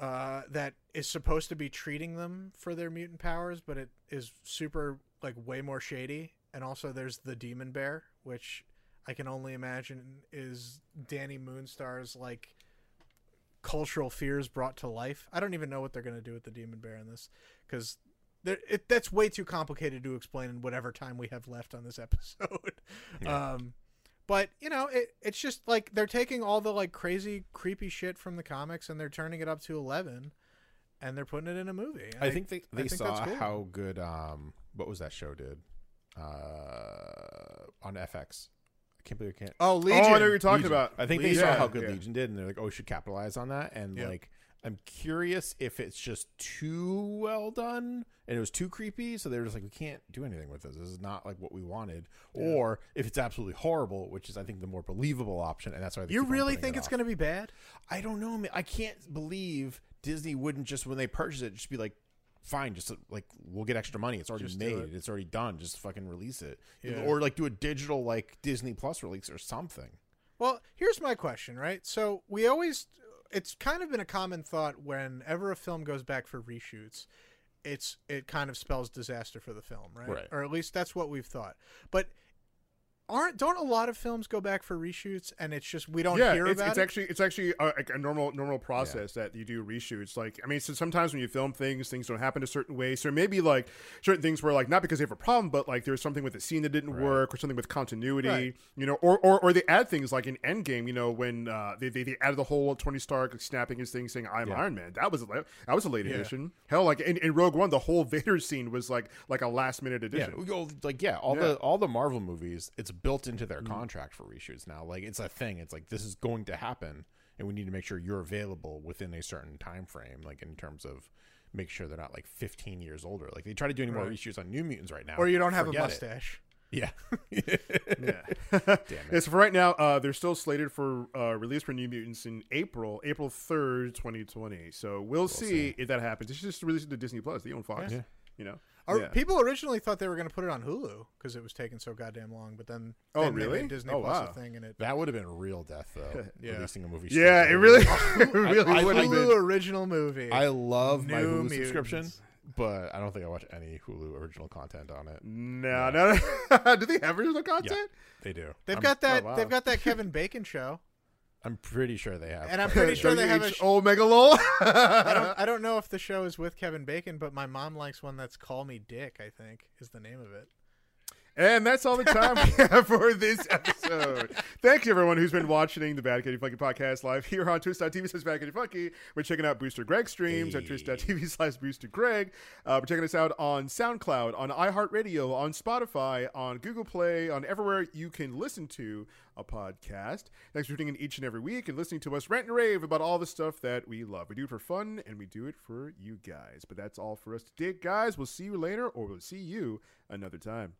uh, that is supposed to be treating them for their mutant powers, but it is super like way more shady. And also, there's the demon bear, which I can only imagine is Danny Moonstar's like cultural fears brought to life. I don't even know what they're gonna do with the demon bear in this because. It, that's way too complicated to explain in whatever time we have left on this episode. Um, but you know, it, it's just like they're taking all the like crazy, creepy shit from the comics and they're turning it up to eleven, and they're putting it in a movie. And I think they, they I think saw that's cool. how good um what was that show did uh on FX. I can't believe I can't. oh Legion. Oh, I know what you're talking Legion. about. I think they Legion. saw Yeah, how good yeah. Legion did, and they're like, "Oh, we should capitalize on that." And Yeah. like, I'm curious if it's just too well done and it was too creepy, so they were just like, "We can't do anything with this. This is not like what we wanted." Or if it's absolutely horrible, which is I think the more believable option, and that's why they you keep on really putting think it it's off. gonna be bad? I don't know. man. I can't believe Disney wouldn't just when they purchase it just be like, fine, just like we'll get extra money. It's already made. It's already done. Just fucking release it, Yeah. or like do a digital like Disney Plus release or something. Well, here's my question, right? So we always, it's kind of been a common thought whenever a film goes back for reshoots, it's it kind of spells disaster for the film, right? Right. Or at least that's what we've thought. But aren't don't a lot of films go back for reshoots and it's just we don't yeah, hear it's, about it's it? actually it's actually a, like a normal normal process that you do reshoots. Like I mean, so sometimes when you film things, things don't happen a certain way. So maybe like certain things were like not because they have a problem, but like there's something with the scene that didn't work or something with continuity, Right. you know, or, or or they add things like in Endgame, you know, when uh, they, they they added the whole Tony Stark like, snapping his thing saying I'm Iron Man. That was a la- that was a late addition. Hell, like in, in Rogue One, the whole Vader scene was like like a last minute Yeah, addition. we go like yeah, all Yeah. the all the Marvel movies, it's built into their Mm-hmm. contract for reshoots now. Like it's a thing. It's like this is going to happen, and we need to make sure you're available within a certain time frame. Like in terms of make sure they're not like 15 years older. Like they try to do any more reshoots on New Mutants right now, or you don't have Forget a it. mustache. Yeah, Yeah. Damn it. So for right now, uh, they're still slated for uh, release for New Mutants in April, April third, twenty twenty. So we'll, see, if that happens. It's just released to Disney Plus. They own Fox. You know. Or- Yeah. People originally thought they were going to put it on Hulu because it was taking so goddamn long, but then Oh, then they really? made Disney Oh, Plus wow. a thing and it that would have been real death though. Yeah. Releasing a movie. Yeah, it straight to really, Hulu. it really I- would have Hulu been. original movie. I love my New Hulu Mutants. subscription, but I don't think I watch any Hulu original content on it. No, no, no. Do they have original content? They do. they've I'm- got that. oh, wow. They've got that Kevin Bacon show, I'm pretty sure they have. and I'm but- pretty sure they have a. Sh- Oh, Megalol. I don't, I don't know if the show is with Kevin Bacon, but my mom likes one that's "Call Me Dick." I think is the name of it. And that's all the time we have for this episode. Thanks everyone who's been watching the Bad Kitty Funky podcast live here on twitch.tv slash Bad Kitty Funky. We're checking out Booster Greg streams at twitch.tv slash Booster Greg. Uh, we're checking us out on SoundCloud, on iHeartRadio, on Spotify, on Google Play, on everywhere you can listen to a podcast. Thanks for tuning in each and every week and listening to us rant and rave about all the stuff that we love. We do it for fun and we do it for you guys. But that's all for us today, guys. We'll see you later or we'll see you another time.